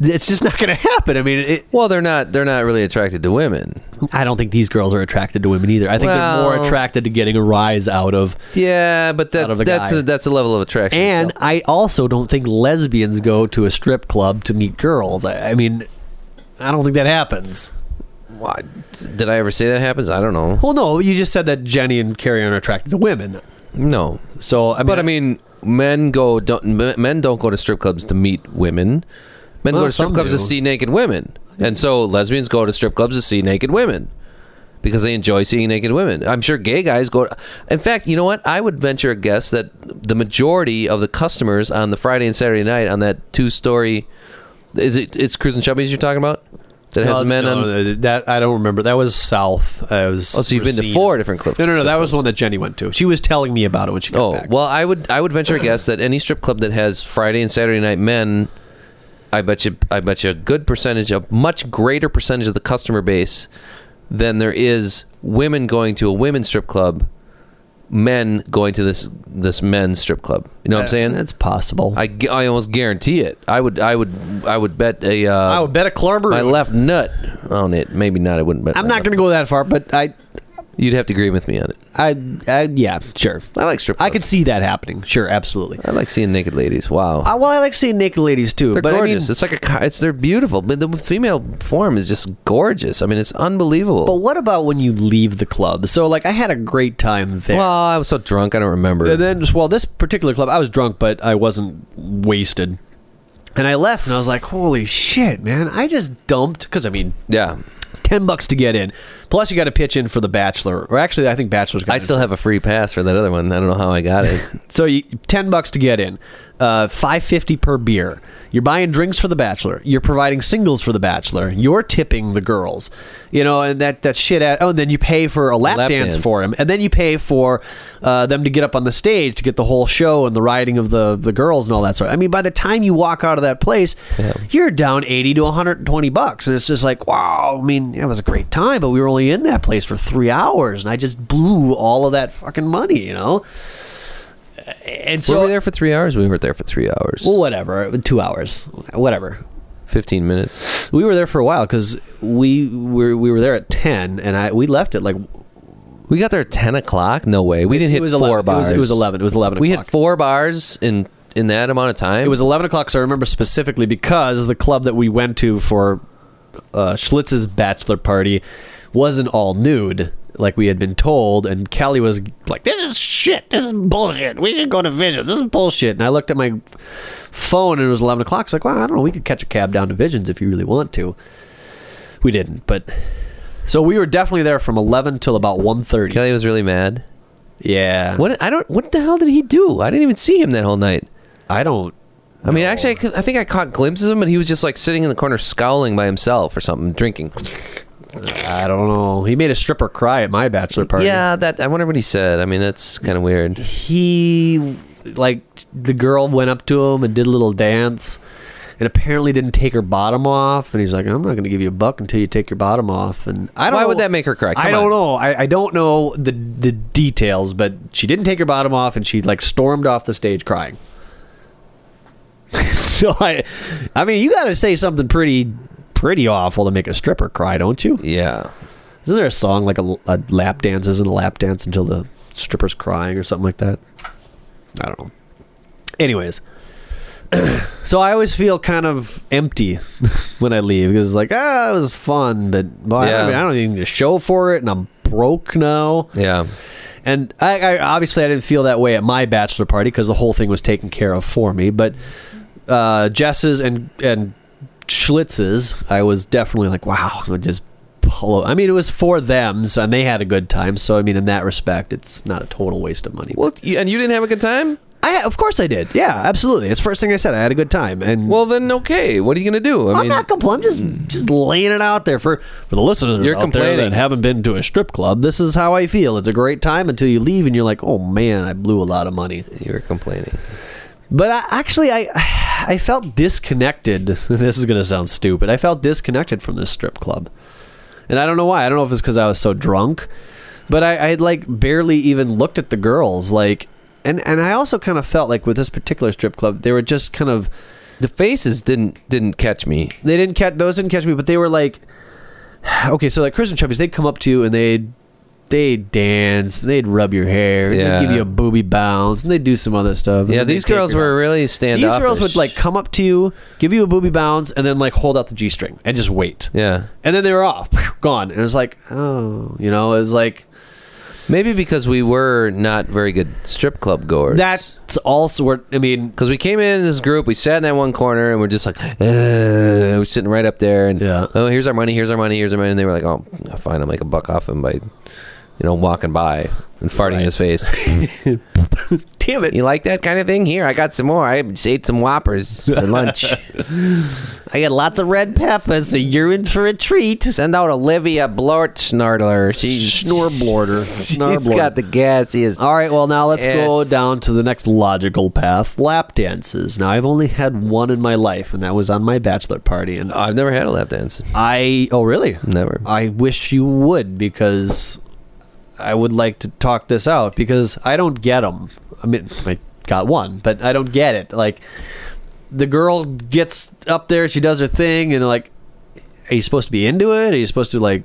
it's just not going to happen. I mean, it,
Well, they're not. They're not really attracted to women.
I don't think these girls are attracted to women either. I think they're more
Well-
attracted to getting a rise out of
Yeah, but that,
Out of a
that's
guy.
a, that's a level of attraction.
And
so-
I also don't think lesbians go to a strip club to meet girls. I, I mean, I don't think that happens.
Why- did I ever say that happens? I don't know.
Well, no, you just said that Jenny and Carrie aren't attracted to women.
No,
So, I mean,
but I mean, men go don't m- men don't go to strip clubs to meet women. Men
Well,
go to strip
some
clubs
do.
to see naked women, and so lesbians go to strip clubs to see naked women. because they enjoy seeing naked women. I'm sure gay guys go. In fact, you know what? I would venture a guess that the majority of the customers on the Friday and Saturday night on that two story, is it? It's Cruise and Chubbies you're talking about that has
Well,
the men
Uh, no,
on.
th- that I don't remember. That was South. Uh, it was
Oh, so you've been to
Racine.
four different clubs.
No, no, no. That was the one that Jenny went to. She was telling me about it when she got
Oh
back.
well, I would I would venture a guess that any strip club that has Friday and Saturday night men, I bet you I bet you a good percentage, a much greater percentage of the customer base than there is women going to a women's strip club, men going to this this men's strip club. You know what I'm saying?
That's possible.
I, gu- I almost guarantee it. I would I would I would bet a uh,
I would bet a Clarber.
my left nut on it. Maybe not. I wouldn't bet.
I'm not going to go that far, but I,
to. You'd have to agree with me on it.
I, I, yeah, sure.
I like strip. Clubs.
I could see that happening. Sure, absolutely.
I like seeing naked ladies. Wow.
I, well, I like seeing naked ladies too,
They're
but
gorgeous.
I mean,
it's like a, co- it's they're beautiful, but the female form is just gorgeous. I mean, it's unbelievable.
but what about when you leave the club? So, like, I had a great time there.
well, I was so drunk, I don't remember.
And then, well, this particular club, I was drunk, but I wasn't wasted. And I left, and I was like, "Holy shit, man! I just dumped." Because I mean,
yeah,
it's ten bucks to get in. Plus, you got to pitch in for the Bachelor, or actually, I think Bachelor's. Got
I
it.
still have a free pass for that other one. I don't know how I got it.
So you, ten bucks to get in, uh, five fifty per beer. You're buying drinks for the bachelor. You're providing singles for the bachelor. You're tipping the girls, you know, and that that shit. At, oh, and then you pay for a lap,
Lap
dance,
dance.
for him, and then you pay for uh, them to get up on the stage to get the whole show and the riding of the the girls and all that sort. I mean, by the time you walk out of that place, you're down eighty to one hundred and twenty bucks, and it's just like, wow. I mean, it was a great time, but we were only in that place for three hours, and I just blew all of that fucking money, you know. And so
were we there for three hours? We weren't there for three hours.
well, whatever. Two hours, whatever.
Fifteen minutes.
We were there for a while because we were we were there at ten, and I we left at like
We got there at ten o'clock. No way. We didn't
it
hit
was
four
11, It
bars.
was, it was eleven. It was eleven.
We hit
o'clock.
four bars in in that amount of time.
It was eleven o'clock. So I remember specifically because the club that we went to for uh, Schlitz's bachelor party wasn't all nude like we had been told, and Callie was like, "This is shit. This is bullshit. We should go to Visions. This is bullshit." And I looked at my phone, and it was eleven o'clock. It's like, "Well, I don't know. We could catch a cab down to Visions if you really want to." We didn't, but so we were definitely there from eleven till about one thirty.
Kelly was really mad.
Yeah,
What I don't. What the hell did he do? I didn't even see him that whole night.
I don't.
I mean, actually, I, could- I think I caught glimpses of him, but he was just like sitting in the corner, scowling by himself or something, drinking.
I don't know. He made a stripper cry at my bachelor party.
Yeah, that I wonder what he said. I mean, that's kind of weird.
he like the girl went up to him and did a little dance and apparently didn't take her bottom off and he's like i'm not going to give you a buck until you take your bottom off and i don't
Why
know-
would that make her cry? Come
i don't
on.
know I, I don't know the the details but she didn't take her bottom off and she like stormed off the stage crying so i i mean you got to say something pretty pretty awful to make a stripper cry don't you
Yeah,
isn't there a song like a, a lap dance isn't a lap dance until the stripper's crying or something like that? I don't know. Anyways, so I always feel kind of empty when I leave because it's like, ah, it was fun, but well, I,
Yeah.
mean, I don't even need a show for it, and I'm broke now.
yeah.
And I, I obviously I didn't feel that way at my bachelor party because the whole thing was taken care of for me. But uh, Jess's and and Schlitz's, I was definitely like, wow, I just pull. I mean, it was for them, so, and they had a good time. So I mean, in that respect, it's not a total waste of money.
Well, you, and you didn't have a good time.
I of course I did. Yeah, absolutely. It's the first thing I said. I had a good time. And
Well, then okay. What are you gonna do? I
I'm
mean, Hmm.
not complaining. I'm just just laying it out there for for the listeners
You're
out there
complaining.
that haven't been to a strip club. This is how I feel. It's a great time until you leave and you're like, oh man, I blew a lot of money.
you were complaining.
But I, actually, I I felt disconnected. this is gonna sound stupid. I felt disconnected from this strip club, and I don't know why. I don't know if it's because I was so drunk, but I, I had like barely even looked at the girls. Like, and and I also kind of felt like with this particular strip club, they were just kind of
The faces didn't didn't catch me.
they didn't catch those didn't catch me, but they were like, okay, so like Chris and Chubby's, they'd come up to you and they'd they'd dance, they'd rub your hair,
Yeah.
they'd give you a booby bounce, and they'd do some other stuff. and
Yeah,
then they'd
these
take
girls
her
were
out.
really standoffish.
These girls would like come up to you, give you a booby bounce, and then like hold out the g string and just wait.
Yeah,
And then they were off, gone. And it was like, oh, you know, it was like,
Maybe because we were not very good strip club goers.
That's also where I mean,
because we came in this group, we sat in that one corner, and we're just like, "Ugh," we're sitting right up there, and
Yeah.
oh, here's our money, here's our money, here's our money, and they were like, oh, fine, I'll make a buck off him by, you know, walking by and farting in his face.
damn it,
you like that kind of thing? Here, I got some more. I just ate some whoppers for lunch.
I got lots of red peppers, so you're in for a treat.
Send out Olivia Blort Snartler. She's
Snorblorder.
She's got the gassiest.
All right, well now let's go
Yes.
down to the next logical path: lap dances. Now I've only had one in my life, and that was on my bachelor party. And
I've never had a lap dance.
I, oh really?
Never.
I wish you would because I would like to talk this out because I don't get them. I mean, I got one, but I don't get it. Like the girl gets up there, she does her thing, and like, are you supposed to be into it? Are you supposed to like?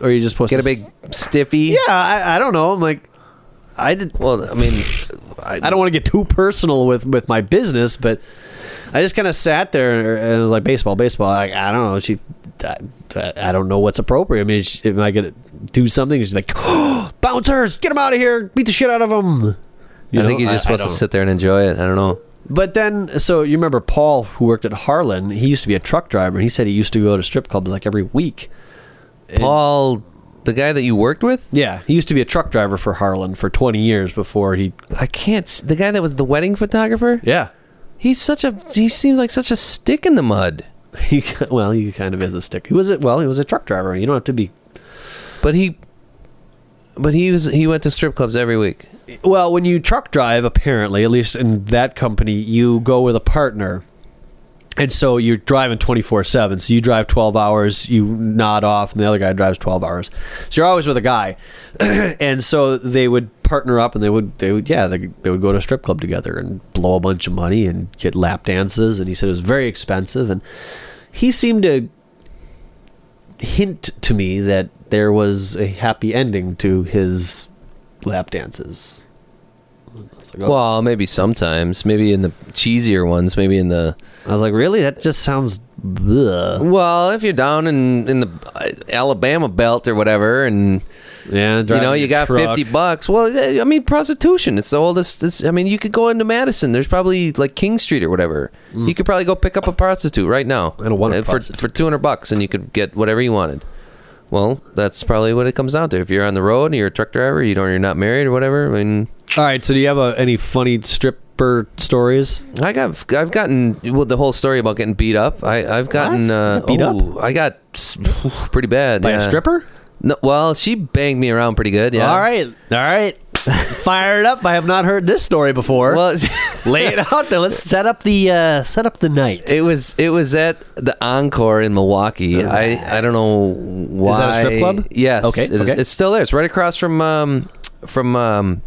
Or are you just supposed
Get a
to
big
s-
stiffy.
Yeah, I, I don't know. I'm like, I did.
Well, I mean,
I don't want to get too personal with with my business, but I just kind of sat there and it was like baseball, baseball. I, I don't know. She, I, I don't know what's appropriate. I mean, is- am I gonna do something? She's like, bouncers, get them out of here, beat the shit out of them.
I think you're just supposed to sit there and enjoy it. I don't know.
But then, so you remember Paul, who worked at Harlan? He used to be a truck driver. He said he used to go to strip clubs like every week.
Paul, the guy that you worked with,
Yeah, he used to be a truck driver for Harlan for twenty years before he.
I can't. s- The guy that was the wedding photographer,
Yeah,
he's such a. He seems like such a stick in the mud.
he well, he kind of is a stick. He was a, well, he was a truck driver. You don't have to be
But he, but he was. He went to strip clubs every week.
Well, when you truck drive, apparently, at least in that company, you go with a partner. And so you're driving 24 7. So you drive 12 hours, you nod off, and the other guy drives 12 hours. So you're always with a guy. and so they would partner up and they would, they would yeah, they, they would go to a strip club together and blow a bunch of money and get lap dances. And he said it was very expensive. And he seemed to hint to me that there was a happy ending to his lap dances. It's like, oh.
Well, maybe sometimes, maybe in the cheesier ones, maybe in the.
I was like, really? That just sounds. Bleh.
Well, if you're down in in the uh, Alabama belt or whatever, and
Yeah,
you know you got 50 bucks well eh, i mean prostitution it's the oldest it's, i mean you could go into madison there's probably like king street or whatever you could probably go pick up a prostitute right now
Mm. I don't want a
eh, for,
prostitute.
for 200 bucks and you could get whatever you wanted well that's probably what it comes down to if you're on the road and you're a truck driver you don't you're not married or whatever i mean
All right, so do you have uh any funny stripper stories?
I got, I've gotten well, the whole story about getting beat up. I, I've gotten uh,
Beat up?
ooh, I got s- pretty bad
By a
yeah.
stripper?
No, well, she banged me around pretty good. Yeah.
All right, all right. Fire it up. I have not heard this story before.
Well,
Lay it out there. Let's set up the uh, set up the night.
It was it was at the Encore in Milwaukee. I I don't know why.
that a strip club?
Yes.
Okay,
It is,
okay.
It's still there. It's right across from um from um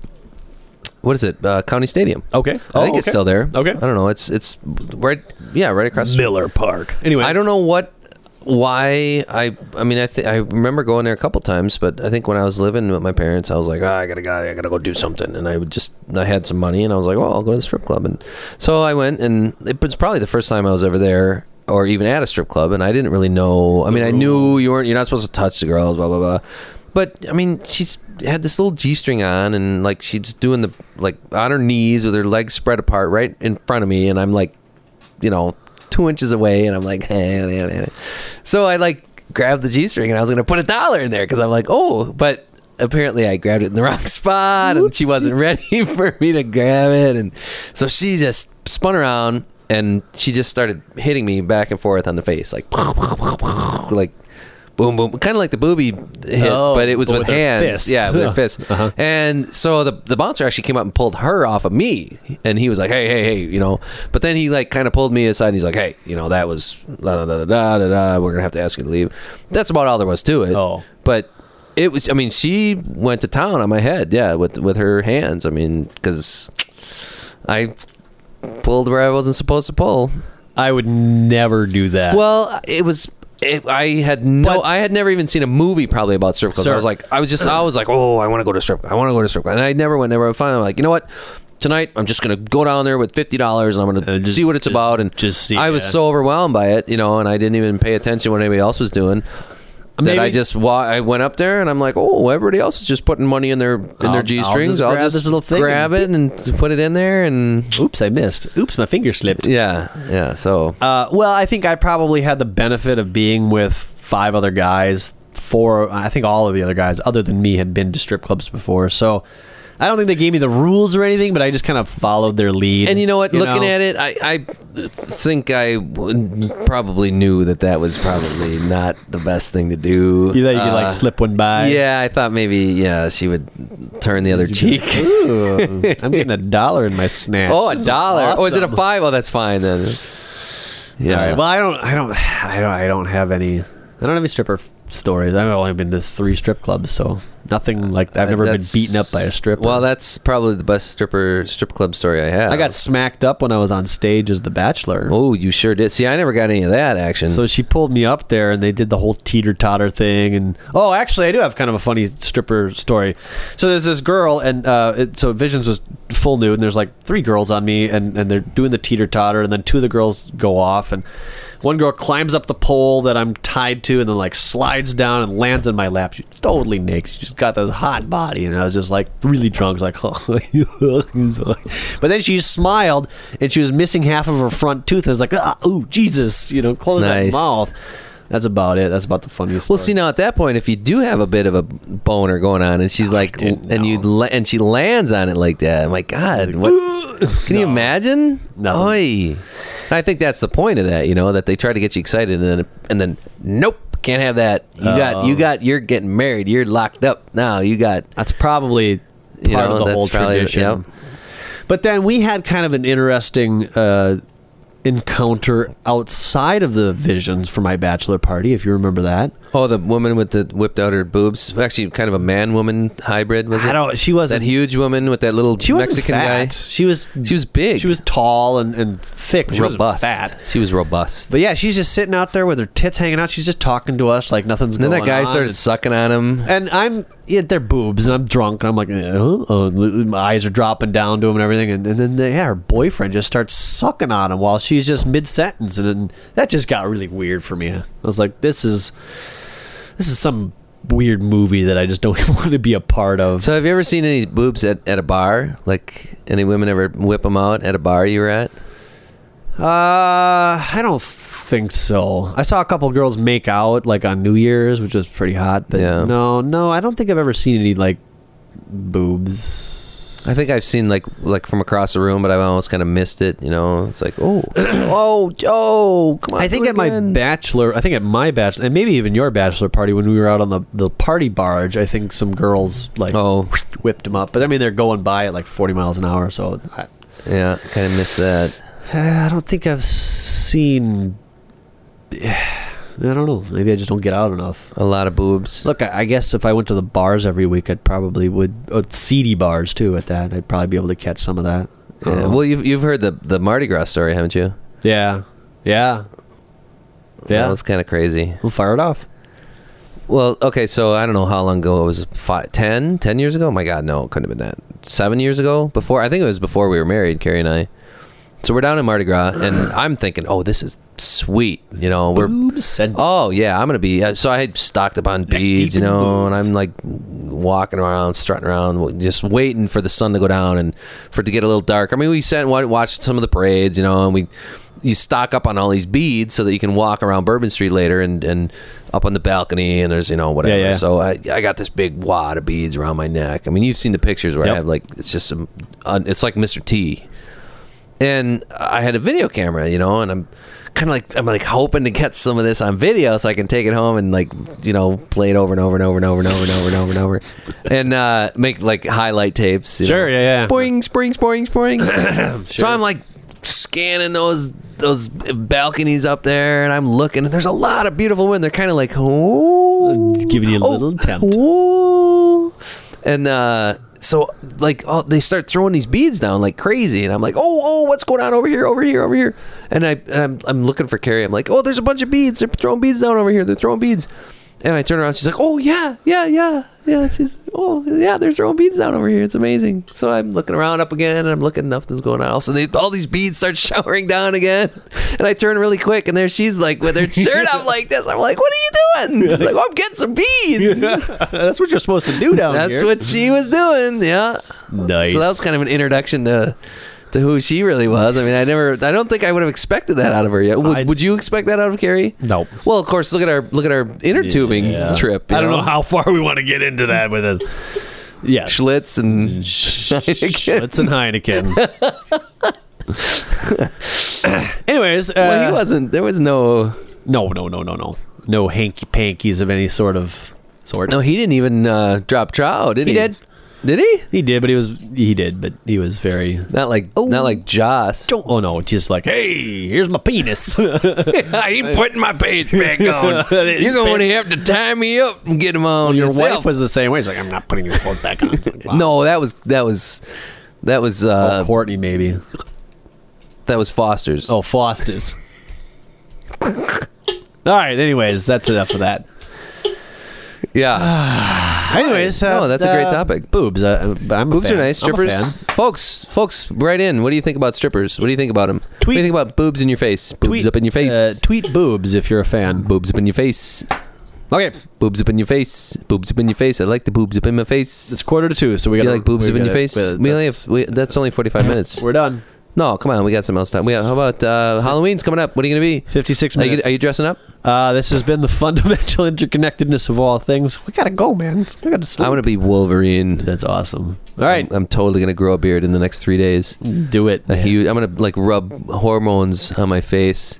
what is it? Uh, County Stadium.
Oh, okay.
I think it's still there.
Okay.
I don't know. It's it's right. Yeah, right across.
Miller Park. Anyway,
I don't know what why I I mean I th- I remember going there a couple times, but I think when I was living with my parents, I was like, "Ah, I gotta go, I gotta go do something, and I would just I had some money, and I was like, well, I'll go to the strip club, and so I went, and it was probably the first time I was ever there. Or even at a strip club, and I didn't really know. I mean, I knew you weren't. You're not supposed to touch the girls, blah blah blah. But I mean, she's had this little g string on, and like she's doing the like on her knees with her legs spread apart, right in front of me, and I'm like you know, two inches away, and I'm like, eh, eh, eh, eh. so I like grabbed the G string, and I was gonna put a dollar in there because I'm like, oh, but apparently I grabbed it in the wrong spot, and she wasn't ready for me to grab it, and so she just spun around, and she just started hitting me back and forth on the face, like, like. Boom, boom, kind of like the booby hit,
Oh,
but it was
but
with,
with her
hands.
fists.
Yeah, with her fists. And so the the bouncer actually came up and pulled her off of me, and he was like, "Hey, hey, hey," you know. But then he like kind of pulled me aside, and he's like, "Hey, you know, that was da da da da da da. We're gonna have to ask you to leave." That's about all there was to it.
Oh.
but it was. I mean, she went to town on my head, yeah, with with her hands. I mean, because I pulled where I wasn't supposed to pull.
I would never do that.
Well, it was. It, I had no.
But-
I had never even seen a movie probably about strip clubs.
Sir.
I was like, I was just, I was like, oh, I want to go to strip. club. I want to go to strip, club. and I never went. Never. Finally, I'm like, you know what? Tonight, I'm just gonna go down there with fifty dollars, and I'm gonna
Uh, just-
see what it's
just-
about. And
just see,
I was
yeah.
so overwhelmed by it, you know, and I didn't even pay attention what anybody else was doing. That I
Maybe.
just wa- I went up there and I'm like, oh, everybody else is just putting money in their in
I'll- I'll
their g strings.
just
I'll,
grab
just
this little thing
grab it and put it in there and
Oops, I missed. Oops, my finger slipped.
yeah, yeah. So
Uh, well, I think I probably had the benefit of being with five other guys. Four, I think all of the other guys, other than me, had been to strip clubs before. So I don't think they gave me the rules or anything, but I just kind of followed their lead.
and you know what? Looking
know?
at it, I I think I w- probably knew that that was probably not the best thing to do.
you thought you could
Uh,
like slip one by.
Yeah, I thought maybe yeah she would turn the other cheek.
Ooh, I'm getting a dollar in my snacks.
Oh, a
This is
dollar. Oh, is it a
awesome.
five? Oh, that's fine then. Yeah.
All right. Well, I don't, I don't, I don't, I don't have any. I don't have any stripper f- stories. I've only been to three strip clubs, so nothing like I've never been
That's-
beaten up by a stripper.
Well, that's probably the best stripper strip club story I have.
I got smacked up when I was on stage as The Bachelor.
Oh, you sure did. See, I never got any of that action.
So she pulled me up there, and they did the whole teeter totter thing. And oh, actually, I do have kind of a funny stripper story. So there's this girl, and uh, it, so Visions was full nude, and there's like three girls on me, and and they're doing the teeter totter, and then two of the girls go off, and one girl climbs up the pole that I'm tied to, and then like slides down and lands in my lap. She's totally naked. She's just got this hot body, and I was just like really drunk, like but then she smiled, and she was missing half of her front tooth. I was like, ah, ooh, Jesus, you know, close that
Nice.
mouth. That's about it. That's about the funniest.
well, see
story.
now at that point, if you do have a bit of a boner going on, and she's like,
didn't
and you la- and she lands on it like that, my God, what? can you imagine?
No.
Oy. And I think that's the point of that. You know that they try to get you excited, and then and then nope, can't have that. You got
Um.
you got you're getting married. You're locked up now. You got
that's probably part
You know,
of the
that's
whole
probably-
tradition.
yep.
But then we had kind of an interesting uh, encounter outside of the visions for my bachelor party, if you remember that.
oh the woman with the whipped out her boobs. Actually, kind of a man woman hybrid was it?
I don't. She
that
wasn't.
huge woman with that little
she wasn't
Mexican
fat.
guy.
She was.
She was big.
She was tall and, and thick. But she wasn't
robust.
fat.
She was robust.
But yeah, she's just sitting out there with her tits hanging out. She's just talking to us like nothing's
And then
going on.
that guy started sucking on him.
And I'm at their boobs, and I'm drunk, and I'm like, eh, huh? oh, my eyes are dropping down to him and everything. And, and then, they, yeah, her boyfriend just starts sucking on him while she's just mid sentence, and then that just got really weird for me. I was like, this is this is some weird movie that I just don't want to be a part of.
So have you ever seen any boobs at, at a bar? Like any women ever whip them out at a bar you were at?
Uh, I don't think so. I saw a couple girls make out like on New Year's, which was pretty hot. But
Yeah.
no, no, I don't think I've ever seen any like boobs.
I think I've seen like like from across the room, but I've almost kind of missed it. You know, it's like oh oh oh come on.
I think
do it
at my
again.
bachelor, I think at my bachelor, and maybe even your bachelor party when we were out on the, the party barge, I think some girls like
oh
whipped them up. But I mean, they're going by at like 40 miles an hour, so I,
yeah, kind of missed that.
I don't think I've seen. I don't know. Maybe I just don't get out enough.
A lot of boobs.
Look, I I guess if I went to the bars every week, I'd probably would uh, seedy bars too. At that, I'd probably be able to catch some of that. I don't
yeah.
know.
Well, you've you've heard the the Mardi Gras story, haven't you?
yeah, yeah, yeah.
that was kind of crazy.
we'll fire it off.
Well, okay, so I don't know how long ago it was. Five, 10, 10 years ago? My God, no, it couldn't have been that. Seven years ago? Before? I think it was before we were married, Carrie and I. So we're down in Mardi Gras, and I'm thinking, oh, this is sweet. You know, we're.
Boobs and
Oh yeah, I'm gonna be. uh, So I had stocked up on beads,
deep
you
in
know, and
boobs.
I'm like walking around, strutting around, w- just waiting for the sun to go down and for it to get a little dark. I mean, we sat and wa- watched some of the parades, you know, and we you stock up on all these beads so that you can walk around Bourbon Street later and and up on the balcony and there's you know whatever.
yeah.
So I I got this big wad of beads around my neck. I mean, you've seen the pictures where
Yep.
I have like it's just some, uh, it's like Mr. T and I had a video camera, you know, and I'm kind of like I'm like hoping to get some of this on video so I can take it home and like you know play it over and over and over and over and over and over and over and over, and uh, make like highlight tapes. you
Sure,
know.
yeah, yeah.
Boing, spring, sporing, sporing. So I'm like scanning those those balconies up there, and I'm looking, and there's a lot of beautiful women. They're kind of like, oh,
giving you a little tempt.
Ooh. And uh, so, like, oh, they start throwing these beads down like crazy, and I'm like, oh, oh, what's going on over here, over here, over here? And I, and I'm, I'm looking for Carrie. I'm like, oh, there's a bunch of beads. They're throwing beads down over here. They're throwing beads. And I turn around. She's like, "Oh yeah, yeah, yeah, yeah." She's, "Oh yeah, there's her own beads down over here. It's amazing." So I'm looking around up again, and I'm looking nothing's going on. Also, they, all these beads start showering down again, and I turn really quick, and there she's like with her shirt up like this. I'm like, "What are you doing?" She's like, "Oh, I'm getting some beads."
That's what you're supposed to do down
That's
here.
what she was doing. Yeah.
nice.
So that was kind of an introduction to. To who she really was. I mean, I never. I don't think I would have expected that out of her yet.
I-
Would, would you expect that out of Carrie?
Nope.
Well, of course. Look at our look at our inner tubing
Yeah.
trip. you
I don't know how far we want to get into that with it. Yeah,
Schlitz and Heineken.
Schlitz and Heineken. Anyways, uh,
well, he wasn't. There was no.
no, no, no, no, no, no hanky pankies of any sort of sort.
No, he didn't even uh, drop trout, did he?
He did.
Did he?
he did, but he was he did, but he was very.
Not like not like Joss.
Oh. Don't, oh no! Just like, hey, here's my penis. You're
I ain't putting my pants back on.
You're going to have to tie me up and get him on
Your
yourself.
wife was the same way. She's like, I'm not putting your clothes back on. It's like, wow.
No, that was that was that was
Oh,
uh,
Courtney maybe.
that was Foster's.
Oh, Foster's. All right. Anyways, that's enough of that.
yeah.
Anyways,
No, that's a great
uh,
topic.
Boobs. Uh, I'm a
Boobs
fan.
are nice.
I'm a
Strippers,
fan.
folks, folks, right in. What do you think about strippers? What do you think about them? What do
Tweet-
you think about boobs in your face? Boobs
Tweet-
up in your face.
uh, tweet boobs if you're a fan.
boobs up in your face.
Okay,
Boobs up in your face. Boobs up in your face. I like the boobs up in my face.
it's quarter to two, so we
Do
got
you like boobs up in your face? we only have we, that's only forty five minutes.
We're done.
No, come on, we got something else time. We how about uh, Halloween's coming up? What are you gonna be?
Fifty-six
Are you,
minutes.
are you dressing up?
uh, this has been the fundamental interconnectedness of all things. We gotta go, man. We gotta sleep.
I'm gonna be Wolverine.
That's awesome. All right,
I'm, I'm totally gonna grow a beard in the next three days.
do it.
A huge, I'm gonna like rub hormones on my face.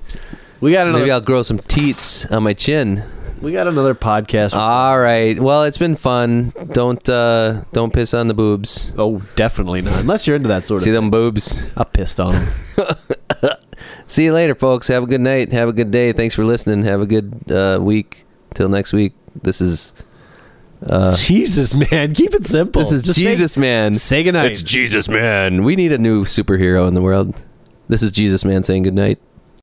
We got another.
Maybe I'll grow some teats on my chin.
we got another podcast.
All right. Well, it's been fun. Don't uh, don't piss on the boobs.
oh, definitely not. Unless you're into that sort
See
of.
them boobs.
I pissed on. 'em.
See you later, folks. Have a good night. Have a good day. Thanks for listening. Have a good uh, week. Till next week. This is uh,
Jesus, man, keep it simple.
this is
Just say-
Jesus Man.
Say, goodnight.
It's Jesus, man.
And we need a new superhero in the world. This is Jesus Man saying good night.